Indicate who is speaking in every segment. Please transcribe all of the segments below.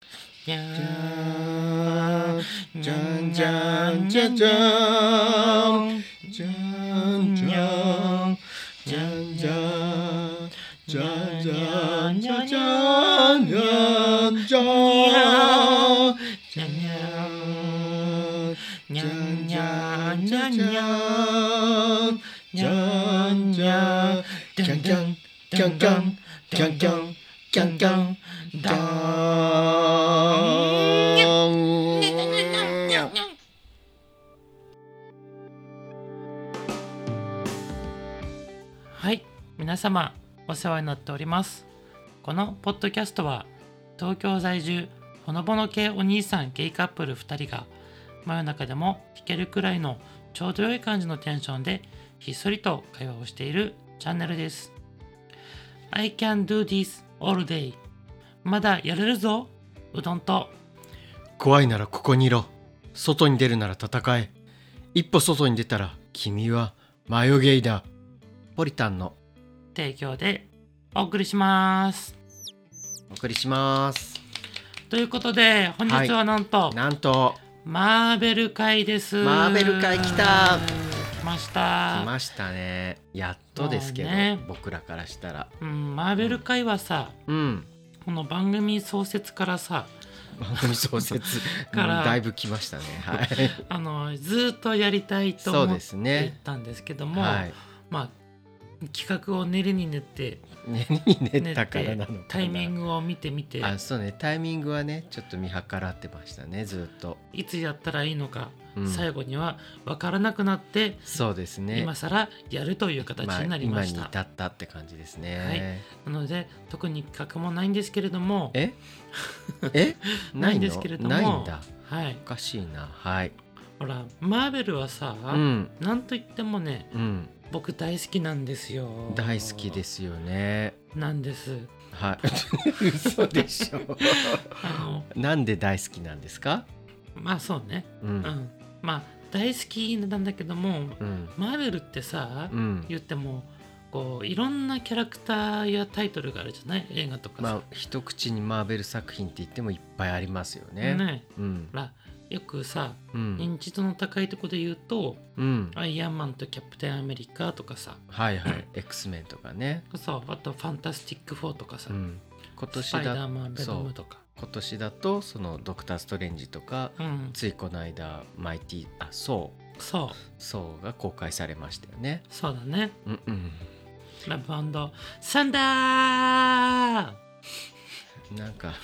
Speaker 1: じゃーん
Speaker 2: じゃんじゃんじゃじゃーんじゃんじゃんじゃんじゃんじゃんじゃんじゃじゃんじゃんじゃんじゃんじゃんじゃんじゃんじゃんじゃんじゃんじゃんじゃんじゃんじゃんじゃんじゃんじゃんじゃんだーん
Speaker 1: はい皆様お世話になっておりますこのポッドキャストは東京在住ほのぼの系お兄さんゲイカップル2人が真夜中でも弾けるくらいのちょうど良い感じのテンションでひっそりと会話をしているチャンネルです I can do this all day まだやれるぞうどんと
Speaker 2: 怖いならここにいろ外に出るなら戦え一歩外に出たら君はマヨゲイだポリタンの
Speaker 1: 提供でお送りします
Speaker 2: お送りします
Speaker 1: ということで本日はなんと、
Speaker 2: なんと
Speaker 1: マーベル会です
Speaker 2: マーベル会来た
Speaker 1: 来ました
Speaker 2: 来ましたねやっとですけど、
Speaker 1: そうね
Speaker 2: 僕らからしたら
Speaker 1: うん、マーベル会はさ、
Speaker 2: うん
Speaker 1: この番組創設からさ
Speaker 2: 番組創設
Speaker 1: から
Speaker 2: うんだいぶ来ましたね はい
Speaker 1: あのずーっとやりたいと
Speaker 2: そう
Speaker 1: 思っ
Speaker 2: です
Speaker 1: て
Speaker 2: ね
Speaker 1: たんですけども、
Speaker 2: はい
Speaker 1: まあ企画を練りに練って
Speaker 2: ねに練
Speaker 1: 練
Speaker 2: った
Speaker 1: っ
Speaker 2: から
Speaker 1: て
Speaker 2: なのかな
Speaker 1: タイミングを見てみて
Speaker 2: あそうねタイミングはねちょっと見計らってましたねずっと、
Speaker 1: いつやったらいいのか、
Speaker 2: うん
Speaker 1: 最後には分からなくなって、
Speaker 2: そうですね
Speaker 1: 今更やるという形になりまし
Speaker 2: あ、今に
Speaker 1: た、
Speaker 2: 至ったって感じですね、
Speaker 1: なので特に企画もないんですけれども
Speaker 2: ええ
Speaker 1: ないん
Speaker 2: の
Speaker 1: ですけれども
Speaker 2: ないんだ
Speaker 1: はい
Speaker 2: おかしいなはい
Speaker 1: ほらマーベルはさ、
Speaker 2: うん
Speaker 1: なんといってもね
Speaker 2: うん
Speaker 1: 僕大好きなんですよ
Speaker 2: 大好きですよね
Speaker 1: なんです
Speaker 2: はい 嘘でしょ
Speaker 1: あ の
Speaker 2: なんで大好きなんですか
Speaker 1: まあそうね
Speaker 2: う
Speaker 1: うん、
Speaker 2: ん
Speaker 1: まあ大好きなんだけども
Speaker 2: うん
Speaker 1: マーベルってさ、
Speaker 2: うん
Speaker 1: 言ってもこういろんなキャラクターやタイトルがあるじゃない映画とか
Speaker 2: ま
Speaker 1: さ
Speaker 2: あ、一口にマーベル作品って言ってもいっぱいありますよね
Speaker 1: ね
Speaker 2: うん
Speaker 1: ほらよくさ
Speaker 2: うん
Speaker 1: 認知度の高いとこで言うと、
Speaker 2: うん
Speaker 1: アイアンマンとキャプテンアメリカとかさ
Speaker 2: はいはい X メンとかね
Speaker 1: そうあとファンタスティック4とかさ、
Speaker 2: うん今年
Speaker 1: スパイダー
Speaker 2: だ
Speaker 1: マンベノムとか
Speaker 2: 今年だとそのドクターストレンジとか
Speaker 1: う、ん、
Speaker 2: ついこの間マイティあそう
Speaker 1: そう
Speaker 2: そうが公開されましたよね。
Speaker 1: そうだね
Speaker 2: うんうん。
Speaker 1: ラブサンダー
Speaker 2: なんか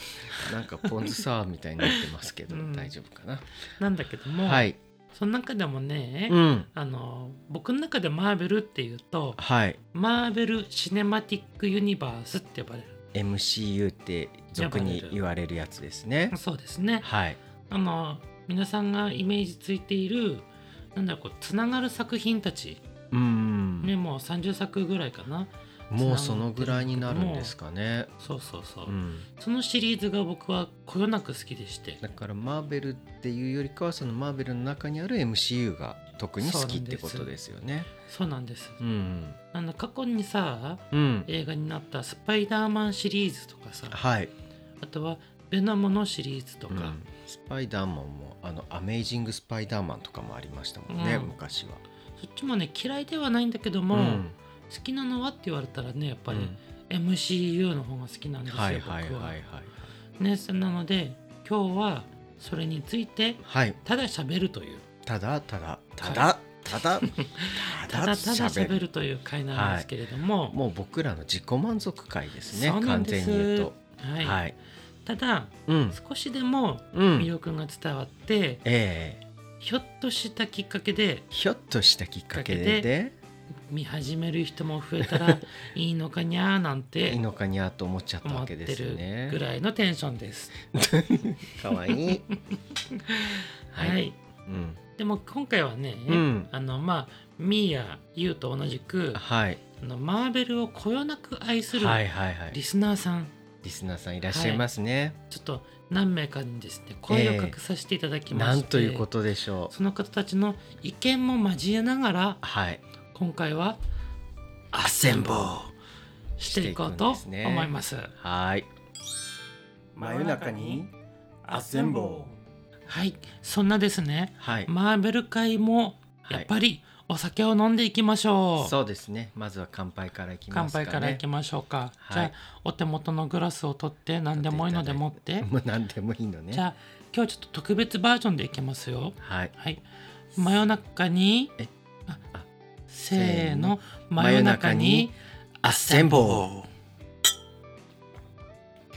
Speaker 2: なんかポン酢サワーみたいになってますけど、
Speaker 1: うん
Speaker 2: 大丈夫かな。
Speaker 1: なんだけども、
Speaker 2: はい。
Speaker 1: その中でもね、
Speaker 2: うん。
Speaker 1: あの僕の中でマーベルっていうと
Speaker 2: はい。
Speaker 1: マーベル・シネマティック・ユニバースって呼ばれる
Speaker 2: MCU って俗に言われるやつですね。
Speaker 1: そうですね
Speaker 2: はい。
Speaker 1: あの皆さんがイメージついているなんだろうこうつながる作品たち、
Speaker 2: うん。
Speaker 1: ね、もう30作ぐらいかな
Speaker 2: もうそのぐらいになるんですかね。
Speaker 1: そうそうそう、
Speaker 2: うん。
Speaker 1: そのシリーズが僕はこよなく好きでして
Speaker 2: だからマーベルっていうよりかはそのマーベルの中にある MCU が特に好きってことですよね。
Speaker 1: そうなんです
Speaker 2: うん。
Speaker 1: あの過去にさ
Speaker 2: うん。
Speaker 1: 映画になった「スパイダーマン」シリーズとかさ
Speaker 2: はい。
Speaker 1: あとは「ベノム」のシリーズとか、
Speaker 2: うんスパイダーマンもあのアメイジング・スパイダーマンとかもありましたもんね、
Speaker 1: うん
Speaker 2: 昔は。
Speaker 1: そっちもね嫌いではないんだけども、
Speaker 2: うん
Speaker 1: 好きなのはって言われたらねやっぱ
Speaker 2: う
Speaker 1: り
Speaker 2: ん
Speaker 1: MCU の方が好きなんですよ、
Speaker 2: はいはいはい
Speaker 1: 僕
Speaker 2: は。
Speaker 1: はいね、そなので今日はそれについて
Speaker 2: はい、
Speaker 1: ただ喋るという
Speaker 2: ただただただた
Speaker 1: ただ
Speaker 2: だ
Speaker 1: ただ
Speaker 2: 喋
Speaker 1: 喋るという回なんですけれども、
Speaker 2: もう僕らの自己満足回ですね
Speaker 1: そうなん
Speaker 2: 完
Speaker 1: で
Speaker 2: 全
Speaker 1: す
Speaker 2: に言うと。
Speaker 1: は
Speaker 2: はいい、
Speaker 1: ただ
Speaker 2: うん
Speaker 1: 少しでも
Speaker 2: う
Speaker 1: 魅
Speaker 2: ん
Speaker 1: 力が伝わって、
Speaker 2: ええ
Speaker 1: ひょっとしたきっかけで
Speaker 2: ひょっとしたきっかけ
Speaker 1: きっ
Speaker 2: で
Speaker 1: かけ見始める人も増えた らいいのかにゃーなん
Speaker 2: でいい
Speaker 1: て
Speaker 2: のかにゃーと思っちゃった
Speaker 1: 思
Speaker 2: わ
Speaker 1: っ
Speaker 2: け
Speaker 1: て
Speaker 2: ですよ
Speaker 1: る
Speaker 2: ね
Speaker 1: ぐ。らいのテンションです。
Speaker 2: かわ いい。
Speaker 1: はい、
Speaker 2: はいうん、
Speaker 1: でも今回はね、
Speaker 2: うん
Speaker 1: あのまあミーやユウと同じく
Speaker 2: はい
Speaker 1: あのマーベルをこよなく愛する
Speaker 2: はいはいは
Speaker 1: リ
Speaker 2: い。
Speaker 1: スナーさん、
Speaker 2: リスナーさんいらっしゃいますね。
Speaker 1: ちょっと何名かにですね声をかけさせていただきま
Speaker 2: な
Speaker 1: して、
Speaker 2: んということでしょう。
Speaker 1: その方たちの意見も交えながら
Speaker 2: はい。
Speaker 1: 今回は
Speaker 2: アッセンボー。
Speaker 1: していこうと
Speaker 2: していくんですね
Speaker 1: 思います。
Speaker 2: はい。
Speaker 1: 真夜中に
Speaker 2: アッセンボ
Speaker 1: はいそんなですね
Speaker 2: ーはい、
Speaker 1: マーベル界もやっぱりお酒を飲んでいきましょう、
Speaker 2: そうですねまずは乾杯からいきま
Speaker 1: 乾
Speaker 2: すかね
Speaker 1: 杯からいきましょうか、
Speaker 2: はい
Speaker 1: じゃあお手元のグラスを取って何でもいいので持って
Speaker 2: もう何でもいいのね
Speaker 1: じゃあ今日ちょっと特別バージョンでいきますよ
Speaker 2: はい
Speaker 1: はい真夜中に
Speaker 2: え
Speaker 1: あ
Speaker 2: あ
Speaker 1: せーの真
Speaker 2: 真
Speaker 1: 夜
Speaker 2: 夜
Speaker 1: 中
Speaker 2: 中
Speaker 1: に
Speaker 2: にアッセンボー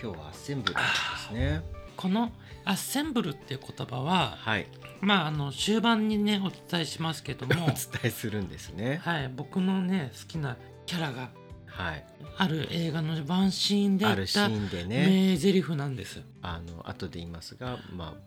Speaker 2: 今日はアッセンブルですね
Speaker 1: このアッセンブルっていう言葉は
Speaker 2: はい
Speaker 1: まああの終盤にねお伝えしますけど
Speaker 2: お
Speaker 1: も
Speaker 2: 伝えするんですね
Speaker 1: はい僕のね好きなキャラが
Speaker 2: はい
Speaker 1: ある映画のワンシーンで
Speaker 2: あ
Speaker 1: 言
Speaker 2: る
Speaker 1: っ
Speaker 2: シ
Speaker 1: た
Speaker 2: ーンでね
Speaker 1: 名台詞なんです、
Speaker 2: あの後で言いますがま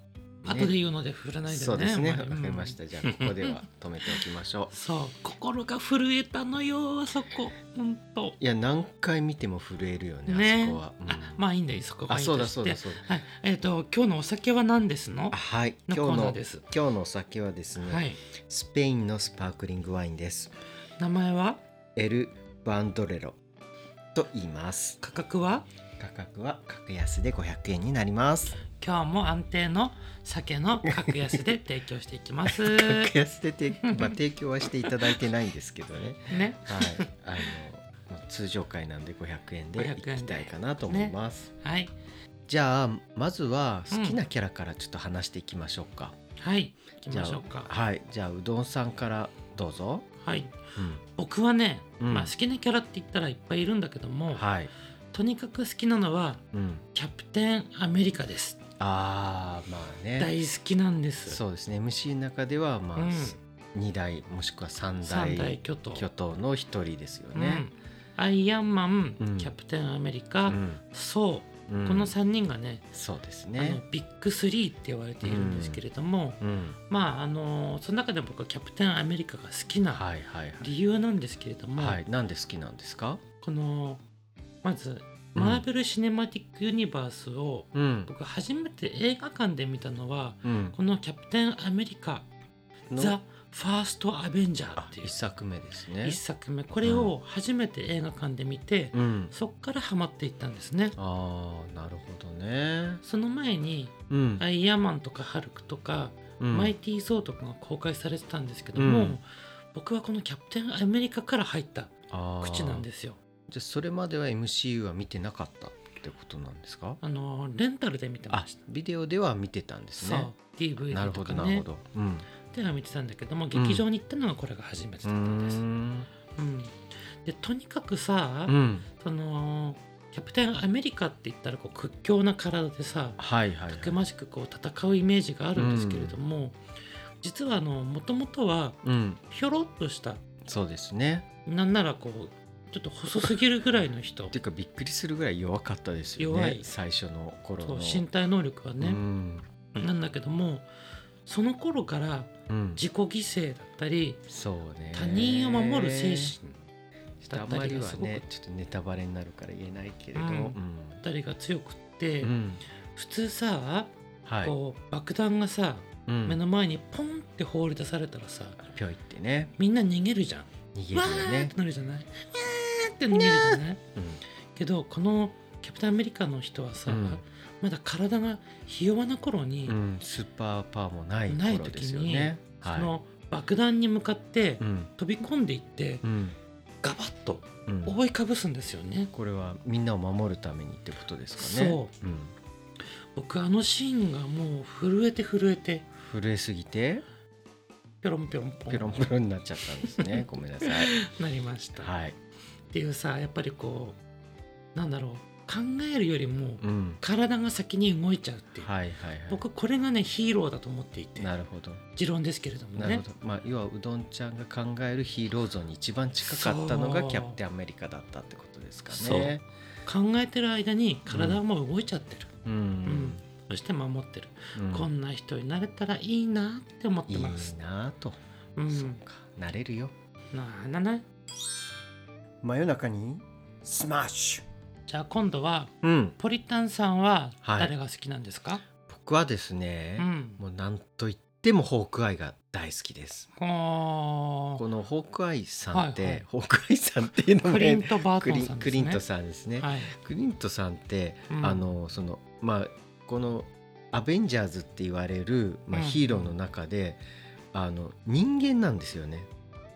Speaker 2: あ、ね、
Speaker 1: 後で言うので振らないでね
Speaker 2: そうですねわ
Speaker 1: あ
Speaker 2: か
Speaker 1: ん
Speaker 2: りましたじゃあここでは止めておきまし ょう
Speaker 1: そう心が震えたのよあそこほんと
Speaker 2: いや何回見ても震えるよね
Speaker 1: ね
Speaker 2: あそこは、うん
Speaker 1: あまあいいんだよそこ
Speaker 2: あ
Speaker 1: はいい
Speaker 2: そう
Speaker 1: と
Speaker 2: だ
Speaker 1: し
Speaker 2: そうだ
Speaker 1: て
Speaker 2: そうだ
Speaker 1: はいえっ、と今日のお酒は何ですの
Speaker 2: あはい
Speaker 1: の
Speaker 2: 今日
Speaker 1: コーナー
Speaker 2: の
Speaker 1: です
Speaker 2: 今日のお酒はですね、
Speaker 1: はい
Speaker 2: スペインのスパークリングワインです
Speaker 1: 名前は
Speaker 2: エル・バンドレロと言います
Speaker 1: 価格は
Speaker 2: 価格は格安で500円になります
Speaker 1: 今日も安定の酒の格安で提供していきます
Speaker 2: 格安でて、まあ、提供はしていただいてないんですけどね
Speaker 1: ね
Speaker 2: はいあのまあ通常会なんで500円で
Speaker 1: 500円で
Speaker 2: 行きたいかなと思います、
Speaker 1: はい
Speaker 2: じゃあまずは好きなキャラからちょっと話していきましょうか、
Speaker 1: はい行き
Speaker 2: じゃ
Speaker 1: ま
Speaker 2: あ
Speaker 1: しょうか
Speaker 2: はいじゃあうどんさんからどうぞ、
Speaker 1: はい
Speaker 2: うん
Speaker 1: 僕はね、
Speaker 2: うん
Speaker 1: まあ好きなキャラって言ったらいっぱいいるんだけども、
Speaker 2: はい、
Speaker 1: とにかく好きなのは
Speaker 2: うん、
Speaker 1: キャプテンアメリカです
Speaker 2: ああまあね
Speaker 1: 大好きなんです
Speaker 2: そうですね MC の中ではまあ、
Speaker 1: うん
Speaker 2: 2代もしくは3
Speaker 1: 三大
Speaker 2: 代
Speaker 1: 巨頭
Speaker 2: 巨頭の一人ですよ
Speaker 1: うん
Speaker 2: ね。
Speaker 1: アイアンマン、
Speaker 2: うん
Speaker 1: キャプテンアメリカ、
Speaker 2: うん
Speaker 1: そう、
Speaker 2: うん
Speaker 1: この3人がね
Speaker 2: そうです
Speaker 1: あの
Speaker 2: ね。
Speaker 1: ビッグ3って言われているんですけれども、
Speaker 2: うん、
Speaker 1: まああのその中で僕はキャプテンアメリカが好きな
Speaker 2: はいはいはい。
Speaker 1: 理由なんですけれども、
Speaker 2: はい、なんで好きなんですか？
Speaker 1: このまず
Speaker 2: うん
Speaker 1: マーベル・シネマティック・ユニバースを
Speaker 2: うん、
Speaker 1: 僕初めて映画館で見たのは
Speaker 2: うん、
Speaker 1: このキャプテンアメリカ「
Speaker 2: の
Speaker 1: ザ・ファースト・アベンジャー」
Speaker 2: あ
Speaker 1: っていう
Speaker 2: 一作目ですね
Speaker 1: 一。作目これを初めて映画館で見て、
Speaker 2: うん、
Speaker 1: そっからハマっていったんですね
Speaker 2: ああなるほどね。
Speaker 1: その前に
Speaker 2: うん、
Speaker 1: アイアンマンとかハルクとか、
Speaker 2: うん
Speaker 1: マイティー・ソーとかが公開されてたんですけども、
Speaker 2: うん
Speaker 1: 僕はこのキャプテンアメリカから入った口なん
Speaker 2: す。
Speaker 1: ですよ
Speaker 2: じゃあそれまでは MCU は見てなかったってことなんですか？
Speaker 1: あのレンタルで見て
Speaker 2: あ
Speaker 1: ました、
Speaker 2: ビデオでは見てたんです
Speaker 1: そう
Speaker 2: ね。な
Speaker 1: DVD
Speaker 2: る
Speaker 1: と
Speaker 2: ほ
Speaker 1: か
Speaker 2: どなる
Speaker 1: ね
Speaker 2: ほど。うん、
Speaker 1: では見てたんだけども
Speaker 2: ん
Speaker 1: 劇場に行ったのはこれが初めてだったんです、
Speaker 2: うー
Speaker 1: うん
Speaker 2: ん
Speaker 1: でとにかくさ、
Speaker 2: うん、
Speaker 1: そのキャプテンアメリカって言ったらこう屈強な体でさ、
Speaker 2: はいはい、はい。
Speaker 1: たくましくこう戦うイメージがあるんですけれども、実はもともとは
Speaker 2: うん、
Speaker 1: ひょろっとした
Speaker 2: そうですね。
Speaker 1: なんならこうちょっと細すぎるぐらいの人
Speaker 2: っていうかびっくりするぐらい弱かったですよね
Speaker 1: 弱い
Speaker 2: 最初の頃
Speaker 1: そ
Speaker 2: の
Speaker 1: う身体能力は
Speaker 2: う
Speaker 1: ね、
Speaker 2: ん
Speaker 1: なんだけどもその頃から
Speaker 2: うん、
Speaker 1: 自己犠牲だったり
Speaker 2: そうね
Speaker 1: 他人を守る精
Speaker 2: ち
Speaker 1: 神
Speaker 2: ょっと
Speaker 1: だ
Speaker 2: あ
Speaker 1: っ
Speaker 2: ん
Speaker 1: た
Speaker 2: ま
Speaker 1: り
Speaker 2: り
Speaker 1: が
Speaker 2: は
Speaker 1: すごく
Speaker 2: ねちょっとネタバレになるから言えないけれど、
Speaker 1: う
Speaker 2: うんん
Speaker 1: だったりが強くって、
Speaker 2: うん
Speaker 1: 普通さ
Speaker 2: はい
Speaker 1: こう爆弾がさ
Speaker 2: うん
Speaker 1: 目の前にポンって放り出されたらさ
Speaker 2: ぴょいってね
Speaker 1: みんな逃げるじゃん。
Speaker 2: 逃げる
Speaker 1: わ
Speaker 2: よ
Speaker 1: ーっ
Speaker 2: ね
Speaker 1: て、なるじゃないわーって逃げるじゃない
Speaker 2: うん
Speaker 1: けどこのキャプテンアメリカの人はさ、
Speaker 2: うん
Speaker 1: まだ体がひ弱な頃に、
Speaker 2: うん、スーパーパワーもない
Speaker 1: ない
Speaker 2: 頃
Speaker 1: 時
Speaker 2: ですよ
Speaker 1: に
Speaker 2: ね
Speaker 1: そ
Speaker 2: はい
Speaker 1: の爆弾に向かって
Speaker 2: うん
Speaker 1: 飛び込んでいって、
Speaker 2: うん
Speaker 1: ガバッと
Speaker 2: うん
Speaker 1: 覆いかぶすんですよね。
Speaker 2: これはみんなを守るためにってことですかね、
Speaker 1: そう
Speaker 2: ん、
Speaker 1: 僕あのシーンがもう震えて震えて
Speaker 2: 震えすぎて
Speaker 1: ピョロンピョロンポ
Speaker 2: ペロン
Speaker 1: ン
Speaker 2: ペロンになっちゃったんです ねごめんなさい
Speaker 1: なりました、
Speaker 2: はい
Speaker 1: っていうさやっぱりこうなんだろう考えるよりも
Speaker 2: うん
Speaker 1: 体が先に動いちゃうっていう、
Speaker 2: はいはいはい
Speaker 1: 僕これがねヒーローだと思っていて
Speaker 2: なるほど
Speaker 1: 持論ですけれども
Speaker 2: なる
Speaker 1: ね
Speaker 2: ほど、まあ要はうどんちゃんが考えるヒーロー像に一番近かったのが
Speaker 1: そう
Speaker 2: キャプテンアメリカだったってことですか
Speaker 1: そう
Speaker 2: ね
Speaker 1: 考えてる間に体はもう動いちゃってる、
Speaker 2: ううん、
Speaker 1: そして守ってる、
Speaker 2: うん
Speaker 1: こんな人になれたらいいなって思っ
Speaker 2: い
Speaker 1: て
Speaker 2: い
Speaker 1: ます
Speaker 2: なあと、
Speaker 1: う
Speaker 2: そっ
Speaker 1: ん
Speaker 2: かなれるよ
Speaker 1: なあなあなあ
Speaker 2: 真夜中にスマッシュ
Speaker 1: じゃあ今度は
Speaker 2: うん
Speaker 1: ポリタンさんは
Speaker 2: はい
Speaker 1: 誰が好きなんですか、
Speaker 2: 僕はですね、
Speaker 1: うん
Speaker 2: もうなんといってもホークアイが大好きです
Speaker 1: お
Speaker 2: このホークアイさんって、
Speaker 1: はいはい
Speaker 2: ホークアイさんっていうのも
Speaker 1: クリ
Speaker 2: ね
Speaker 1: ント・バート
Speaker 2: クリ
Speaker 1: ン
Speaker 2: ン
Speaker 1: さんで
Speaker 2: ク
Speaker 1: す
Speaker 2: リ
Speaker 1: ね
Speaker 2: ントさんですね、
Speaker 1: はい
Speaker 2: クリントさんって、
Speaker 1: うん
Speaker 2: あのそのまあこのアベンジャーズって言われる、まあ、
Speaker 1: うん
Speaker 2: ヒーローの中で、あの人間なんですよね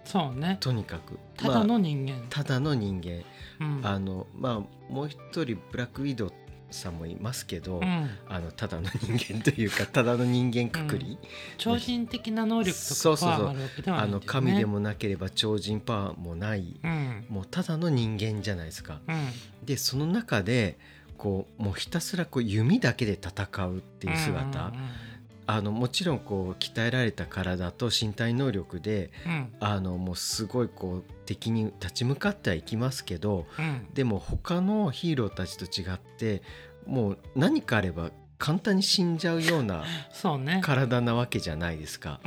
Speaker 1: そうね
Speaker 2: とにかく
Speaker 1: ただ
Speaker 2: まあ
Speaker 1: の人間、
Speaker 2: ただの人間、
Speaker 1: うん
Speaker 2: あのまあもう一人ブラックウィドウさんもいますけど、
Speaker 1: うん、
Speaker 2: あのただの人間というか ただの人間くくり、
Speaker 1: 超人的な能力
Speaker 2: そ
Speaker 1: と
Speaker 2: う
Speaker 1: か
Speaker 2: そう
Speaker 1: パ
Speaker 2: そう
Speaker 1: ワーがあるわけではな
Speaker 2: あ
Speaker 1: いんだよ
Speaker 2: の
Speaker 1: ね
Speaker 2: 神でもなければ超人パワーもない、
Speaker 1: うん
Speaker 2: もうただの人間じゃないですか。
Speaker 1: うん
Speaker 2: でその中でこうもうひたすらこう弓だけで戦うっていう姿、あのもちろんこう鍛えられた体と身体能力で
Speaker 1: うんうん
Speaker 2: あのもうすごいこう敵に立ち向かってはいきますけど
Speaker 1: うんうん
Speaker 2: でも他のヒーローたちと違ってもう何かあれば簡単に死んじゃうよう な
Speaker 1: そうね
Speaker 2: 体なわけじゃないですか。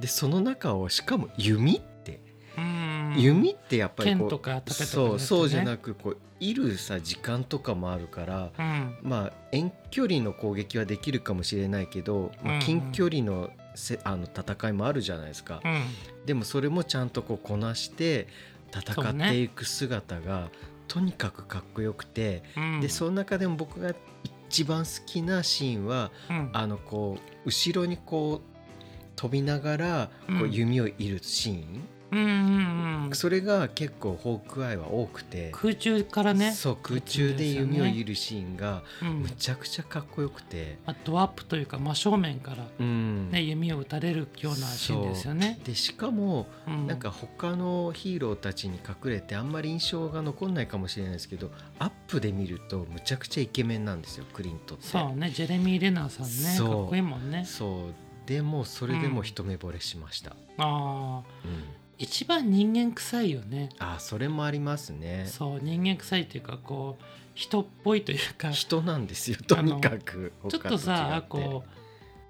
Speaker 2: でその中をしかも弓って、
Speaker 1: うん、うん、
Speaker 2: 弓ってやっぱりこ
Speaker 1: 剣
Speaker 2: う
Speaker 1: とか盾とかの
Speaker 2: そ
Speaker 1: や
Speaker 2: う
Speaker 1: つね
Speaker 2: そうじゃなくこういるさ時間とかもあるから、
Speaker 1: うん
Speaker 2: まあ、遠距離の攻撃はできるかもしれないけど、
Speaker 1: うん
Speaker 2: ま
Speaker 1: うん
Speaker 2: あ、近距離のせあの戦いもあるじゃないですか、
Speaker 1: うん
Speaker 2: でもそれもちゃんとこうこなして戦
Speaker 1: そう
Speaker 2: って
Speaker 1: ね
Speaker 2: いく姿が、とにかくかっこよくて、
Speaker 1: うん
Speaker 2: でその中でも僕が一番好きなシーンは
Speaker 1: うん
Speaker 2: あのこう後ろにこう飛びながらこ
Speaker 1: う
Speaker 2: うん弓を射るシーン、
Speaker 1: うんうんうん
Speaker 2: それが結構ホークアイは多くて。
Speaker 1: 空中からね
Speaker 2: そう空中で弓を射るシーンが
Speaker 1: うん
Speaker 2: むちゃくちゃかっこよくて、
Speaker 1: まあ、ドアップというか真正面から、
Speaker 2: うん
Speaker 1: ね、弓を打たれるようなシーンですよね。
Speaker 2: でしかも
Speaker 1: う
Speaker 2: なんか他のヒーローたちに隠れてあんまり印象が残んないかもしれないですけどアップで見るとむちゃくちゃイケメンなんですよクリントって。
Speaker 1: そうねジェレミー・レナーさんね
Speaker 2: そう
Speaker 1: かっこいいもんね。
Speaker 2: そうでもそれで
Speaker 1: う
Speaker 2: も
Speaker 1: ん
Speaker 2: 一目惚れしました。
Speaker 1: ああ
Speaker 2: うん
Speaker 1: 一番人間臭いよね。
Speaker 2: あーそれもありますね。
Speaker 1: そう人間臭いというかこう人っぽいというかち
Speaker 2: 人なんですよとにかく
Speaker 1: ょっとさ
Speaker 2: 他違って
Speaker 1: こ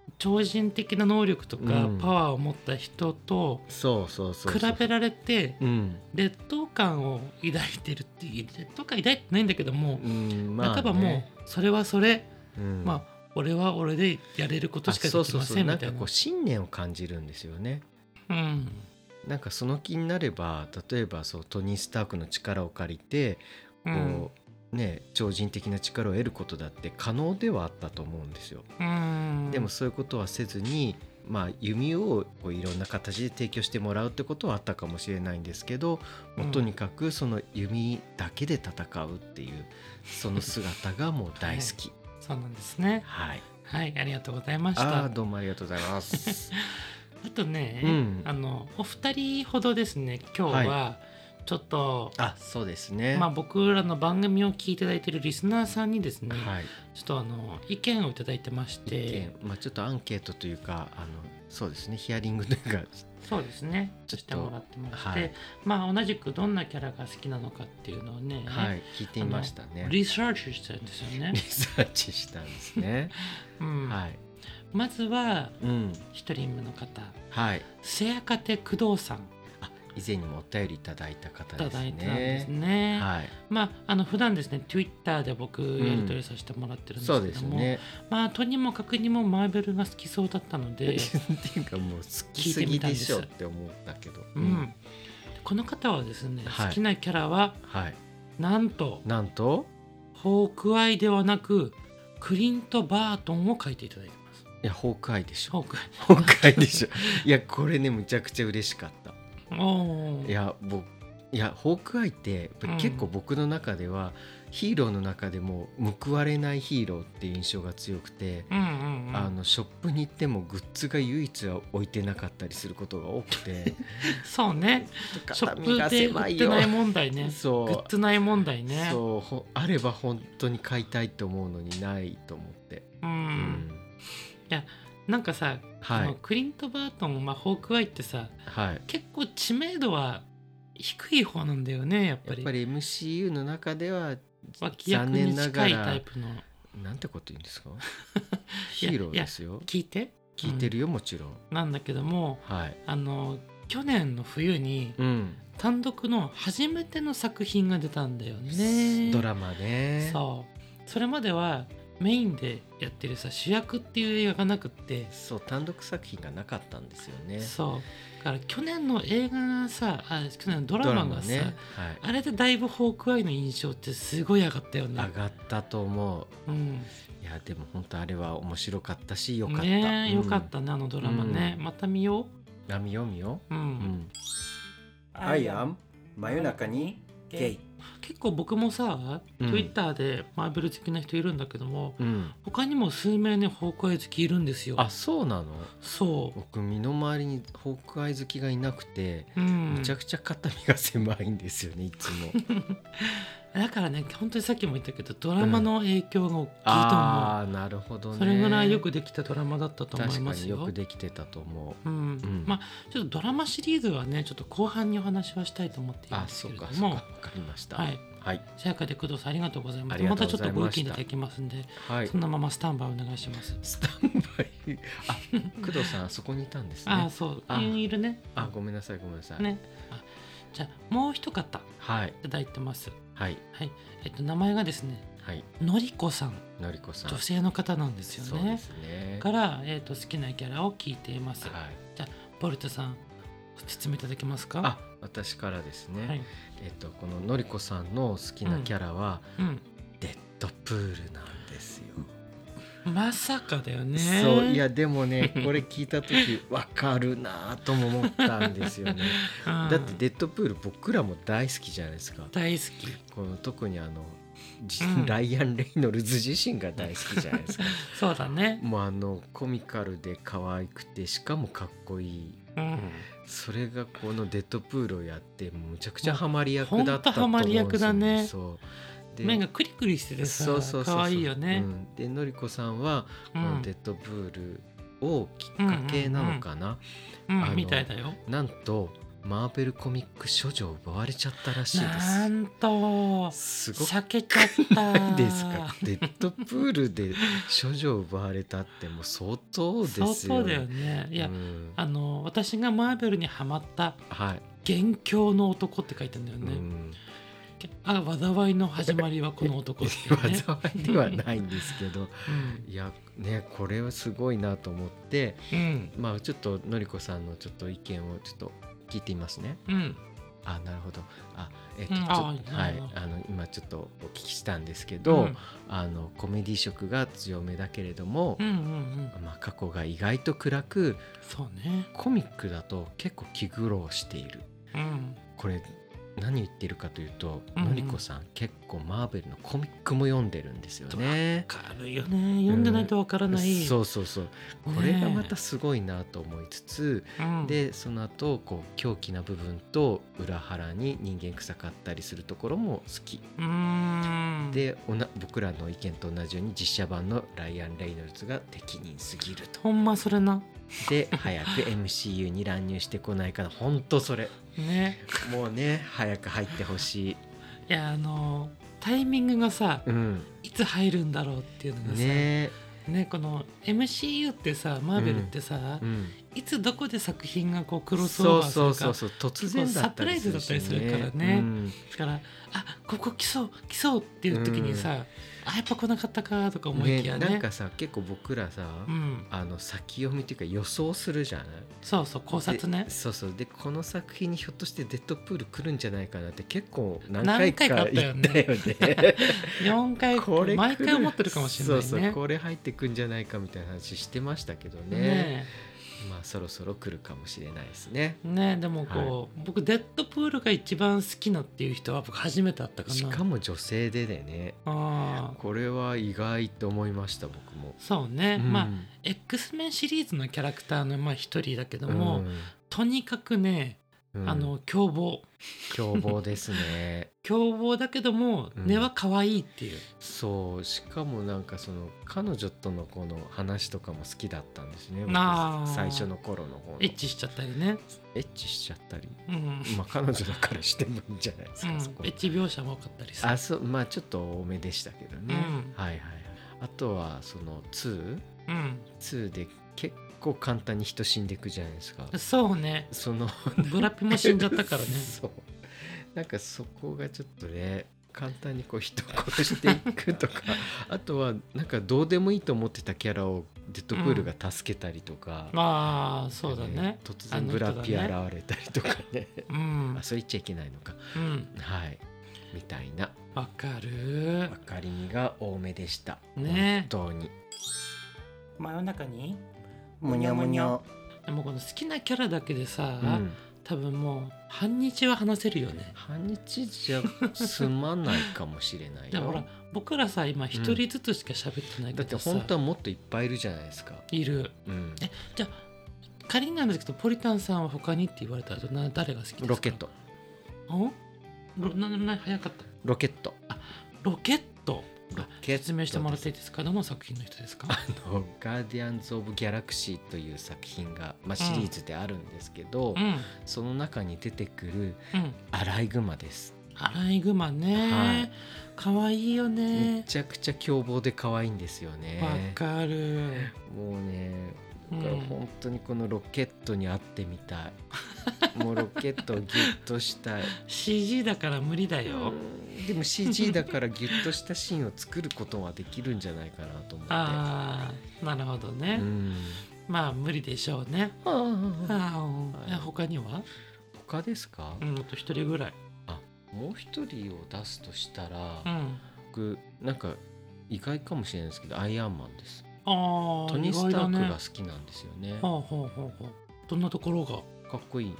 Speaker 1: う超人的な能力とか、
Speaker 2: うん
Speaker 1: パワーを持った人と
Speaker 2: そうそうそう
Speaker 1: 比
Speaker 2: そう
Speaker 1: べられて
Speaker 2: うん、
Speaker 1: 劣等感を抱いてるっていう劣等感抱いてないんだけども、
Speaker 2: うん、まあ、ね、
Speaker 1: 半ばもうそれはそれ
Speaker 2: うん
Speaker 1: まあ俺は俺でやれることしかできませんみた
Speaker 2: なん
Speaker 1: い
Speaker 2: か
Speaker 1: な
Speaker 2: こう。信念を感じるんですよね
Speaker 1: うん
Speaker 2: なんかその気になれば例えばそうトニー・スタークの力を借りて
Speaker 1: う
Speaker 2: こ
Speaker 1: ん
Speaker 2: う、ね超人的な力を得ることだって可能ではあったと思うんですよ、
Speaker 1: うん
Speaker 2: でもそういうことはせずにまあ弓をこういろんな形で提供してもらうってことはあったかもしれないんですけど、
Speaker 1: う
Speaker 2: も
Speaker 1: ん
Speaker 2: うとにかくその弓だけで戦うっていうその姿がもう大好き
Speaker 1: そうなんですね。
Speaker 2: はい、
Speaker 1: はい、ありがとうございまし
Speaker 2: あ
Speaker 1: た。
Speaker 2: あ
Speaker 1: あ
Speaker 2: どうもありがとうござい ます、
Speaker 1: とね、
Speaker 2: うん
Speaker 1: あのお二人ほどですね、今日はちょっと、
Speaker 2: あそうですね
Speaker 1: まあ僕らの番組を聞いていただいているリスナーさんにですね、
Speaker 2: はい
Speaker 1: ちょっとあの意見をいただいてまし
Speaker 2: 意
Speaker 1: て
Speaker 2: 見、、まあ、ちょっとアンケートというかあのそうですねヒアリングというか
Speaker 1: そうですね、
Speaker 2: ちょっと
Speaker 1: してもらってまして、
Speaker 2: はい
Speaker 1: まあ同じくどんなキャラが好きなのかっていうのをね、
Speaker 2: はい聞いてみましたねリ
Speaker 1: リサーチしてるんですよ ね。
Speaker 2: サーチしたんですね
Speaker 1: うん
Speaker 2: はい
Speaker 1: まずは
Speaker 2: うん
Speaker 1: 一人目の方、
Speaker 2: はい
Speaker 1: セアカテ工藤さん
Speaker 2: あ以前にもお便りいただいた方
Speaker 1: い
Speaker 2: で
Speaker 1: た
Speaker 2: す
Speaker 1: だい
Speaker 2: ね
Speaker 1: たんですね。
Speaker 2: はい
Speaker 1: まああの普段ですね Twitter で僕やり取りさせてもらってるんで
Speaker 2: そう
Speaker 1: すけ
Speaker 2: です
Speaker 1: ども、
Speaker 2: ね
Speaker 1: まあとにもかくにもマーベルが好きそうだったの
Speaker 2: って
Speaker 1: で、
Speaker 2: いうかもう好きすぎでしょって思ったけど
Speaker 1: う、
Speaker 2: うん
Speaker 1: この方はですね、
Speaker 2: はい
Speaker 1: 好きなキャラは
Speaker 2: はい
Speaker 1: なんと
Speaker 2: なんと
Speaker 1: ホークアイではなくクリント・バートンを描いていただいてます。
Speaker 2: いや崩壊でしょ
Speaker 1: ホークアイ
Speaker 2: 崩壊でしょいやこれねむちゃくちゃ嬉しかった
Speaker 1: おー
Speaker 2: いや僕いやホークアイってやっぱり結構僕の中では、ヒーローの中でも報われないヒーローっていう印象が強くて、
Speaker 1: うんうんうん、
Speaker 2: あのショップに行ってもグッズが唯一は置いてなかったりすることが多く て
Speaker 1: そうねショップで売ってない問題ね
Speaker 2: そう
Speaker 1: グッズない問題ね
Speaker 2: そうほあれば本当に買いたいと思うのにないと思って、
Speaker 1: うん
Speaker 2: うん
Speaker 1: なんかさ、
Speaker 2: は
Speaker 1: その
Speaker 2: い
Speaker 1: クリント・バートン、まあ、ホークアイってさ
Speaker 2: はい
Speaker 1: 結構知名度は低い方なんだよねやっぱ
Speaker 2: やっ
Speaker 1: り
Speaker 2: ぱり MCU の中では
Speaker 1: 脇役に近いタイプの
Speaker 2: なんてこと言うんで すかヒーローですよ
Speaker 1: 聞いて
Speaker 2: 聞いてるよもちろん
Speaker 1: なんだけども
Speaker 2: はい
Speaker 1: あの去年の冬に
Speaker 2: うん
Speaker 1: 単独の初めての作品が出たんだよね
Speaker 2: ドラマね
Speaker 1: そうそれまではメインでやってるさ主役っていう映画がなくって
Speaker 2: そう単独作品がなかったんですよね
Speaker 1: そうだから去年の映画がさあ去年のド
Speaker 2: ド
Speaker 1: ラマがさ、
Speaker 2: ね、はい、
Speaker 1: あれでだいぶホークアイの印象ってすごい上がったよね
Speaker 2: 上。がったと思う
Speaker 1: うん、
Speaker 2: いやでも本当あれは面白かったしよかった、
Speaker 1: ねえよかっ
Speaker 2: う
Speaker 1: たね、あのドラマね、また見よ
Speaker 2: ん、あ見よう見よ
Speaker 1: う、うん
Speaker 2: う、うん、アイアン真夜中にゲイ、
Speaker 1: 結構僕もさ、
Speaker 2: うん
Speaker 1: Twitter でマーベル好きな人いるんだけども
Speaker 2: うん、
Speaker 1: 他にも数名ねホークアイ好きいるんですよ
Speaker 2: あそうなの
Speaker 1: そ
Speaker 2: 僕身の回りにホークアイ好きがいなくて、
Speaker 1: う、うん、
Speaker 2: めちゃくちゃ肩身が狭いんですよねいつ も
Speaker 1: だからね本当にさっきも言ったけどドラマの影響が大きいと思う、
Speaker 2: ああなるほどね
Speaker 1: それぐらいよくできたドラマだったと思い
Speaker 2: 確
Speaker 1: ま
Speaker 2: か
Speaker 1: す
Speaker 2: に
Speaker 1: よ
Speaker 2: よくできてたと思う
Speaker 1: うん
Speaker 2: ん
Speaker 1: まあちょっとドラマシリーズはねちょっと後半にお話はしたいと思っているん
Speaker 2: あ
Speaker 1: です
Speaker 2: そ
Speaker 1: け
Speaker 2: う
Speaker 1: れど
Speaker 2: か
Speaker 1: も
Speaker 2: そうかわかりました
Speaker 1: はい
Speaker 2: はい、
Speaker 1: さやかで工藤さんありがとうございま
Speaker 2: あ
Speaker 1: す
Speaker 2: り
Speaker 1: ま
Speaker 2: がと
Speaker 1: た
Speaker 2: う
Speaker 1: ち
Speaker 2: ご
Speaker 1: ょっ
Speaker 2: ざ
Speaker 1: とご意
Speaker 2: いました
Speaker 1: 見いただきますんで
Speaker 2: はい
Speaker 1: そ、のままスタンバイお願いします
Speaker 2: スタンバイあ工藤さんあそこにいたんですね
Speaker 1: ああそう
Speaker 2: あー
Speaker 1: いるね
Speaker 2: あごめんなさいごめんなさい、
Speaker 1: ねあじゃあもう一方
Speaker 2: はい
Speaker 1: いただいてます
Speaker 2: はい
Speaker 1: はいえっと名前がですね
Speaker 2: はい
Speaker 1: のりこさん
Speaker 2: のりこさん
Speaker 1: 女性の方なんですよ
Speaker 2: そうで
Speaker 1: ね
Speaker 2: すね
Speaker 1: から、えっと好きなキャラを聞いています
Speaker 2: はい
Speaker 1: ボルトさん説明いただけますか
Speaker 2: あ私からですね、
Speaker 1: はい
Speaker 2: えっとこののりこさんの好きなキャラは、
Speaker 1: うん
Speaker 2: デッドプールなんですよ、
Speaker 1: まさかだよね
Speaker 2: そういやでもねこれ聞いた時 わかるなぁとも思ったんですよね
Speaker 1: うん
Speaker 2: だってデッドプール僕らも大好きじゃないですか
Speaker 1: 大好き
Speaker 2: この特にあの、じ
Speaker 1: うん
Speaker 2: ライアン・レイノルズ自身が大好きじゃないですか
Speaker 1: そうだね
Speaker 2: もうあのコミカルで可愛くてしかもかっこいい
Speaker 1: うん
Speaker 2: それがこの「デッドプール」をやってむちゃくちゃハマり役だったと
Speaker 1: ほ
Speaker 2: 思
Speaker 1: ん
Speaker 2: う
Speaker 1: とハマ
Speaker 2: んです
Speaker 1: り
Speaker 2: よ
Speaker 1: 役だね
Speaker 2: そうで
Speaker 1: 目がクリクリしててさ
Speaker 2: そうそうそうそう
Speaker 1: 可愛いよね
Speaker 2: うんでのりこさんは、
Speaker 1: う
Speaker 2: この
Speaker 1: ん
Speaker 2: デッドプールをきっかけなのかな、
Speaker 1: うん
Speaker 2: あの
Speaker 1: みたいだよ
Speaker 2: なんとマーベルコミック処女を奪われちゃったらしい
Speaker 1: な
Speaker 2: で
Speaker 1: んと
Speaker 2: すすごく
Speaker 1: 避けちゃった
Speaker 2: ない ですかデッドプールで処女を奪われたってもう相当ですよ
Speaker 1: 相当だよねいや、
Speaker 2: うん
Speaker 1: あの私がマーベルにハマった
Speaker 2: はい、
Speaker 1: 「元凶の男」って書いてんだよ
Speaker 2: う
Speaker 1: ね、
Speaker 2: ん
Speaker 1: あ災いの始まりはこの男って いうね、
Speaker 2: 災いではないんですけど
Speaker 1: うん
Speaker 2: いやねこれはすごいなと思って
Speaker 1: うん
Speaker 2: まあちょっとのりこさんのちょっと意見をちょっと聞いてみますね。
Speaker 1: うん
Speaker 2: あなるほどあえっ、と、
Speaker 1: うん
Speaker 2: ちょ
Speaker 1: あ
Speaker 2: は
Speaker 1: なる
Speaker 2: い
Speaker 1: ほど
Speaker 2: あの今ちょっとお聞きしたんですけ
Speaker 1: う
Speaker 2: ど、
Speaker 1: ん
Speaker 2: あのコメディ色が強めだけれども
Speaker 1: う、んうんうん
Speaker 2: まあ、過去が意外と暗く
Speaker 1: そうね
Speaker 2: コミックだと結構気苦労している
Speaker 1: うん
Speaker 2: これ何言ってるかというと、
Speaker 1: うんうん
Speaker 2: のりこさん結構マーベルのコミックも読んでるんですよね。
Speaker 1: 軽いよね読んでないとわからない、
Speaker 2: そうそうそう
Speaker 1: ね
Speaker 2: これがまたすごいなと思いつつ、
Speaker 1: うん
Speaker 2: でその後こう狂気な部分と裏腹に人間臭かったりするところも好き、
Speaker 1: うーん
Speaker 2: でおな僕らの意見と同じように実写版のライアン・レイノルズが適任すぎると
Speaker 1: ほんまそれな
Speaker 2: で早く MCU に乱入してこないかなほんとそれ
Speaker 1: ね
Speaker 2: もうね早く入ってほしい、
Speaker 1: いやあのタイミングがさ
Speaker 2: うん、
Speaker 1: いつ入るんだろうっていうのがさね
Speaker 2: ね
Speaker 1: この MCU ってさマーベルってさ、
Speaker 2: うん、
Speaker 1: いつどこで作品がこうクロス
Speaker 2: そ
Speaker 1: オー
Speaker 2: う
Speaker 1: バーす
Speaker 2: そ
Speaker 1: る
Speaker 2: う
Speaker 1: か
Speaker 2: そうそう突然だったりするし、ね、
Speaker 1: サプライズだったりするからね
Speaker 2: うん
Speaker 1: だからあここ来そう来そうっていう時にさ、あやっぱ来なかったかとか思いきやね
Speaker 2: なんかさ結構僕らさ、
Speaker 1: うん、
Speaker 2: あの先読みっていうか予想するじゃない
Speaker 1: そうそう考察ね
Speaker 2: でそうそうでこの作品にひょっとしてデッドプール来るんじゃないかなって結構何
Speaker 1: 何回
Speaker 2: 回
Speaker 1: かあ
Speaker 2: か
Speaker 1: った
Speaker 2: 言
Speaker 1: よ
Speaker 2: っ
Speaker 1: ね
Speaker 2: たよね
Speaker 1: 4回
Speaker 2: これ来る
Speaker 1: 毎回思ってるかもしれないね
Speaker 2: そうそうこれ入ってくんじゃないかみたいな話してましたけどね
Speaker 1: ね
Speaker 2: まあそろそろ来るかもしれないですね
Speaker 1: えねえでもこう、僕デッドプールが一番好きなっていう人は僕初めて会ったかな
Speaker 2: しかも女性ででね
Speaker 1: ああ
Speaker 2: これは意外と思いました僕も、
Speaker 1: そうね、
Speaker 2: うん
Speaker 1: まあ X メンシリーズのキャラクターのまあ一人だけど
Speaker 2: うん
Speaker 1: も、とにかくね、
Speaker 2: うん
Speaker 1: あの凶暴
Speaker 2: 凶暴です ね
Speaker 1: 凶暴だけども
Speaker 2: うん
Speaker 1: 根は可愛いっていう、
Speaker 2: そうしかもなんかその彼女とのこの話とかも好きだったんですね僕
Speaker 1: あー
Speaker 2: 最初の頃の方の
Speaker 1: エッチしちゃったりね、
Speaker 2: エッチしちゃったり
Speaker 1: うんうん、エ
Speaker 2: まあ彼女だからしてもいいんじゃないですか、そこ
Speaker 1: ッチ描写も多かったりさ
Speaker 2: あそうまあちょっと多めでしたけどね、
Speaker 1: うん
Speaker 2: はいはいはいあとはその 2?2
Speaker 1: うん
Speaker 2: で結構簡単に人死んでいくじゃないですか
Speaker 1: そうね
Speaker 2: その
Speaker 1: ブラピも死んじゃったからね
Speaker 2: そうなんかそこがちょっとね簡単にこう人を殺していく とかあとはなんかどうでもいいと思ってたキャラをデッドプールが助けたりとか、
Speaker 1: まあそうだね
Speaker 2: えー突然ブラピ
Speaker 1: あの人だね
Speaker 2: 現れたりとかね
Speaker 1: うん
Speaker 2: あそれ言っちゃいけないのか
Speaker 1: うん
Speaker 2: はいみたいな
Speaker 1: わかる
Speaker 2: 分かりみが多めでした
Speaker 1: ね
Speaker 2: 本当に
Speaker 1: 真夜中に
Speaker 2: む
Speaker 1: にょむにょでもこの好きなキャラだけでさ、
Speaker 2: うん
Speaker 1: 多分もう半日は話せるよね
Speaker 2: 半日じゃ済まないかもしれない
Speaker 1: でほら
Speaker 2: よ
Speaker 1: 僕らさ今一人ずつしか喋ってない
Speaker 2: だ
Speaker 1: け
Speaker 2: って
Speaker 1: どさ、
Speaker 2: 本当はもっといっぱいいるじゃないですか
Speaker 1: いる
Speaker 2: うん
Speaker 1: え仮になんですけどポリタンさんは他にって言われたらな誰が好きですか
Speaker 2: ロケット
Speaker 1: おロなんでもない早かった
Speaker 2: ロケット
Speaker 1: ロケット
Speaker 2: ロケット
Speaker 1: 説明してもらってい
Speaker 2: で
Speaker 1: いですかどの作品の人ですか
Speaker 2: すあの「ガーディアンズ・オブ・ギャラクシー」という作品が、まあ、シリーズであるんですけど、
Speaker 1: うんうん
Speaker 2: その中に出てくるアライグマです、
Speaker 1: アライグマ
Speaker 2: は
Speaker 1: ね
Speaker 2: い
Speaker 1: 可愛、い、よ
Speaker 2: め
Speaker 1: ね
Speaker 2: ちゃくちゃ凶暴で可愛いんですよね
Speaker 1: わかる、
Speaker 2: もうね
Speaker 1: う
Speaker 2: だから
Speaker 1: ん、
Speaker 2: 本当にこのロケットに会ってみたい もうロケットをギュッとしたい
Speaker 1: CG だから無理だよ、
Speaker 2: でも CG だからギュッとしたシーンを作ることはできるんじゃないかなと思って
Speaker 1: ああなるほどね、
Speaker 2: うん
Speaker 1: まあ無理でしょうね
Speaker 2: あ
Speaker 1: あー
Speaker 2: はい
Speaker 1: え他には
Speaker 2: 他ですか、
Speaker 1: うんあと一人ぐらい
Speaker 2: もう一人を出すとしたら、
Speaker 1: うん
Speaker 2: 僕なんか意外かもしれないですけどアイアンマンです
Speaker 1: ああ
Speaker 2: トニー・スタークが
Speaker 1: ね
Speaker 2: 好きなんですよね
Speaker 1: ほうほうほうほうどんなところが
Speaker 2: かっこいい い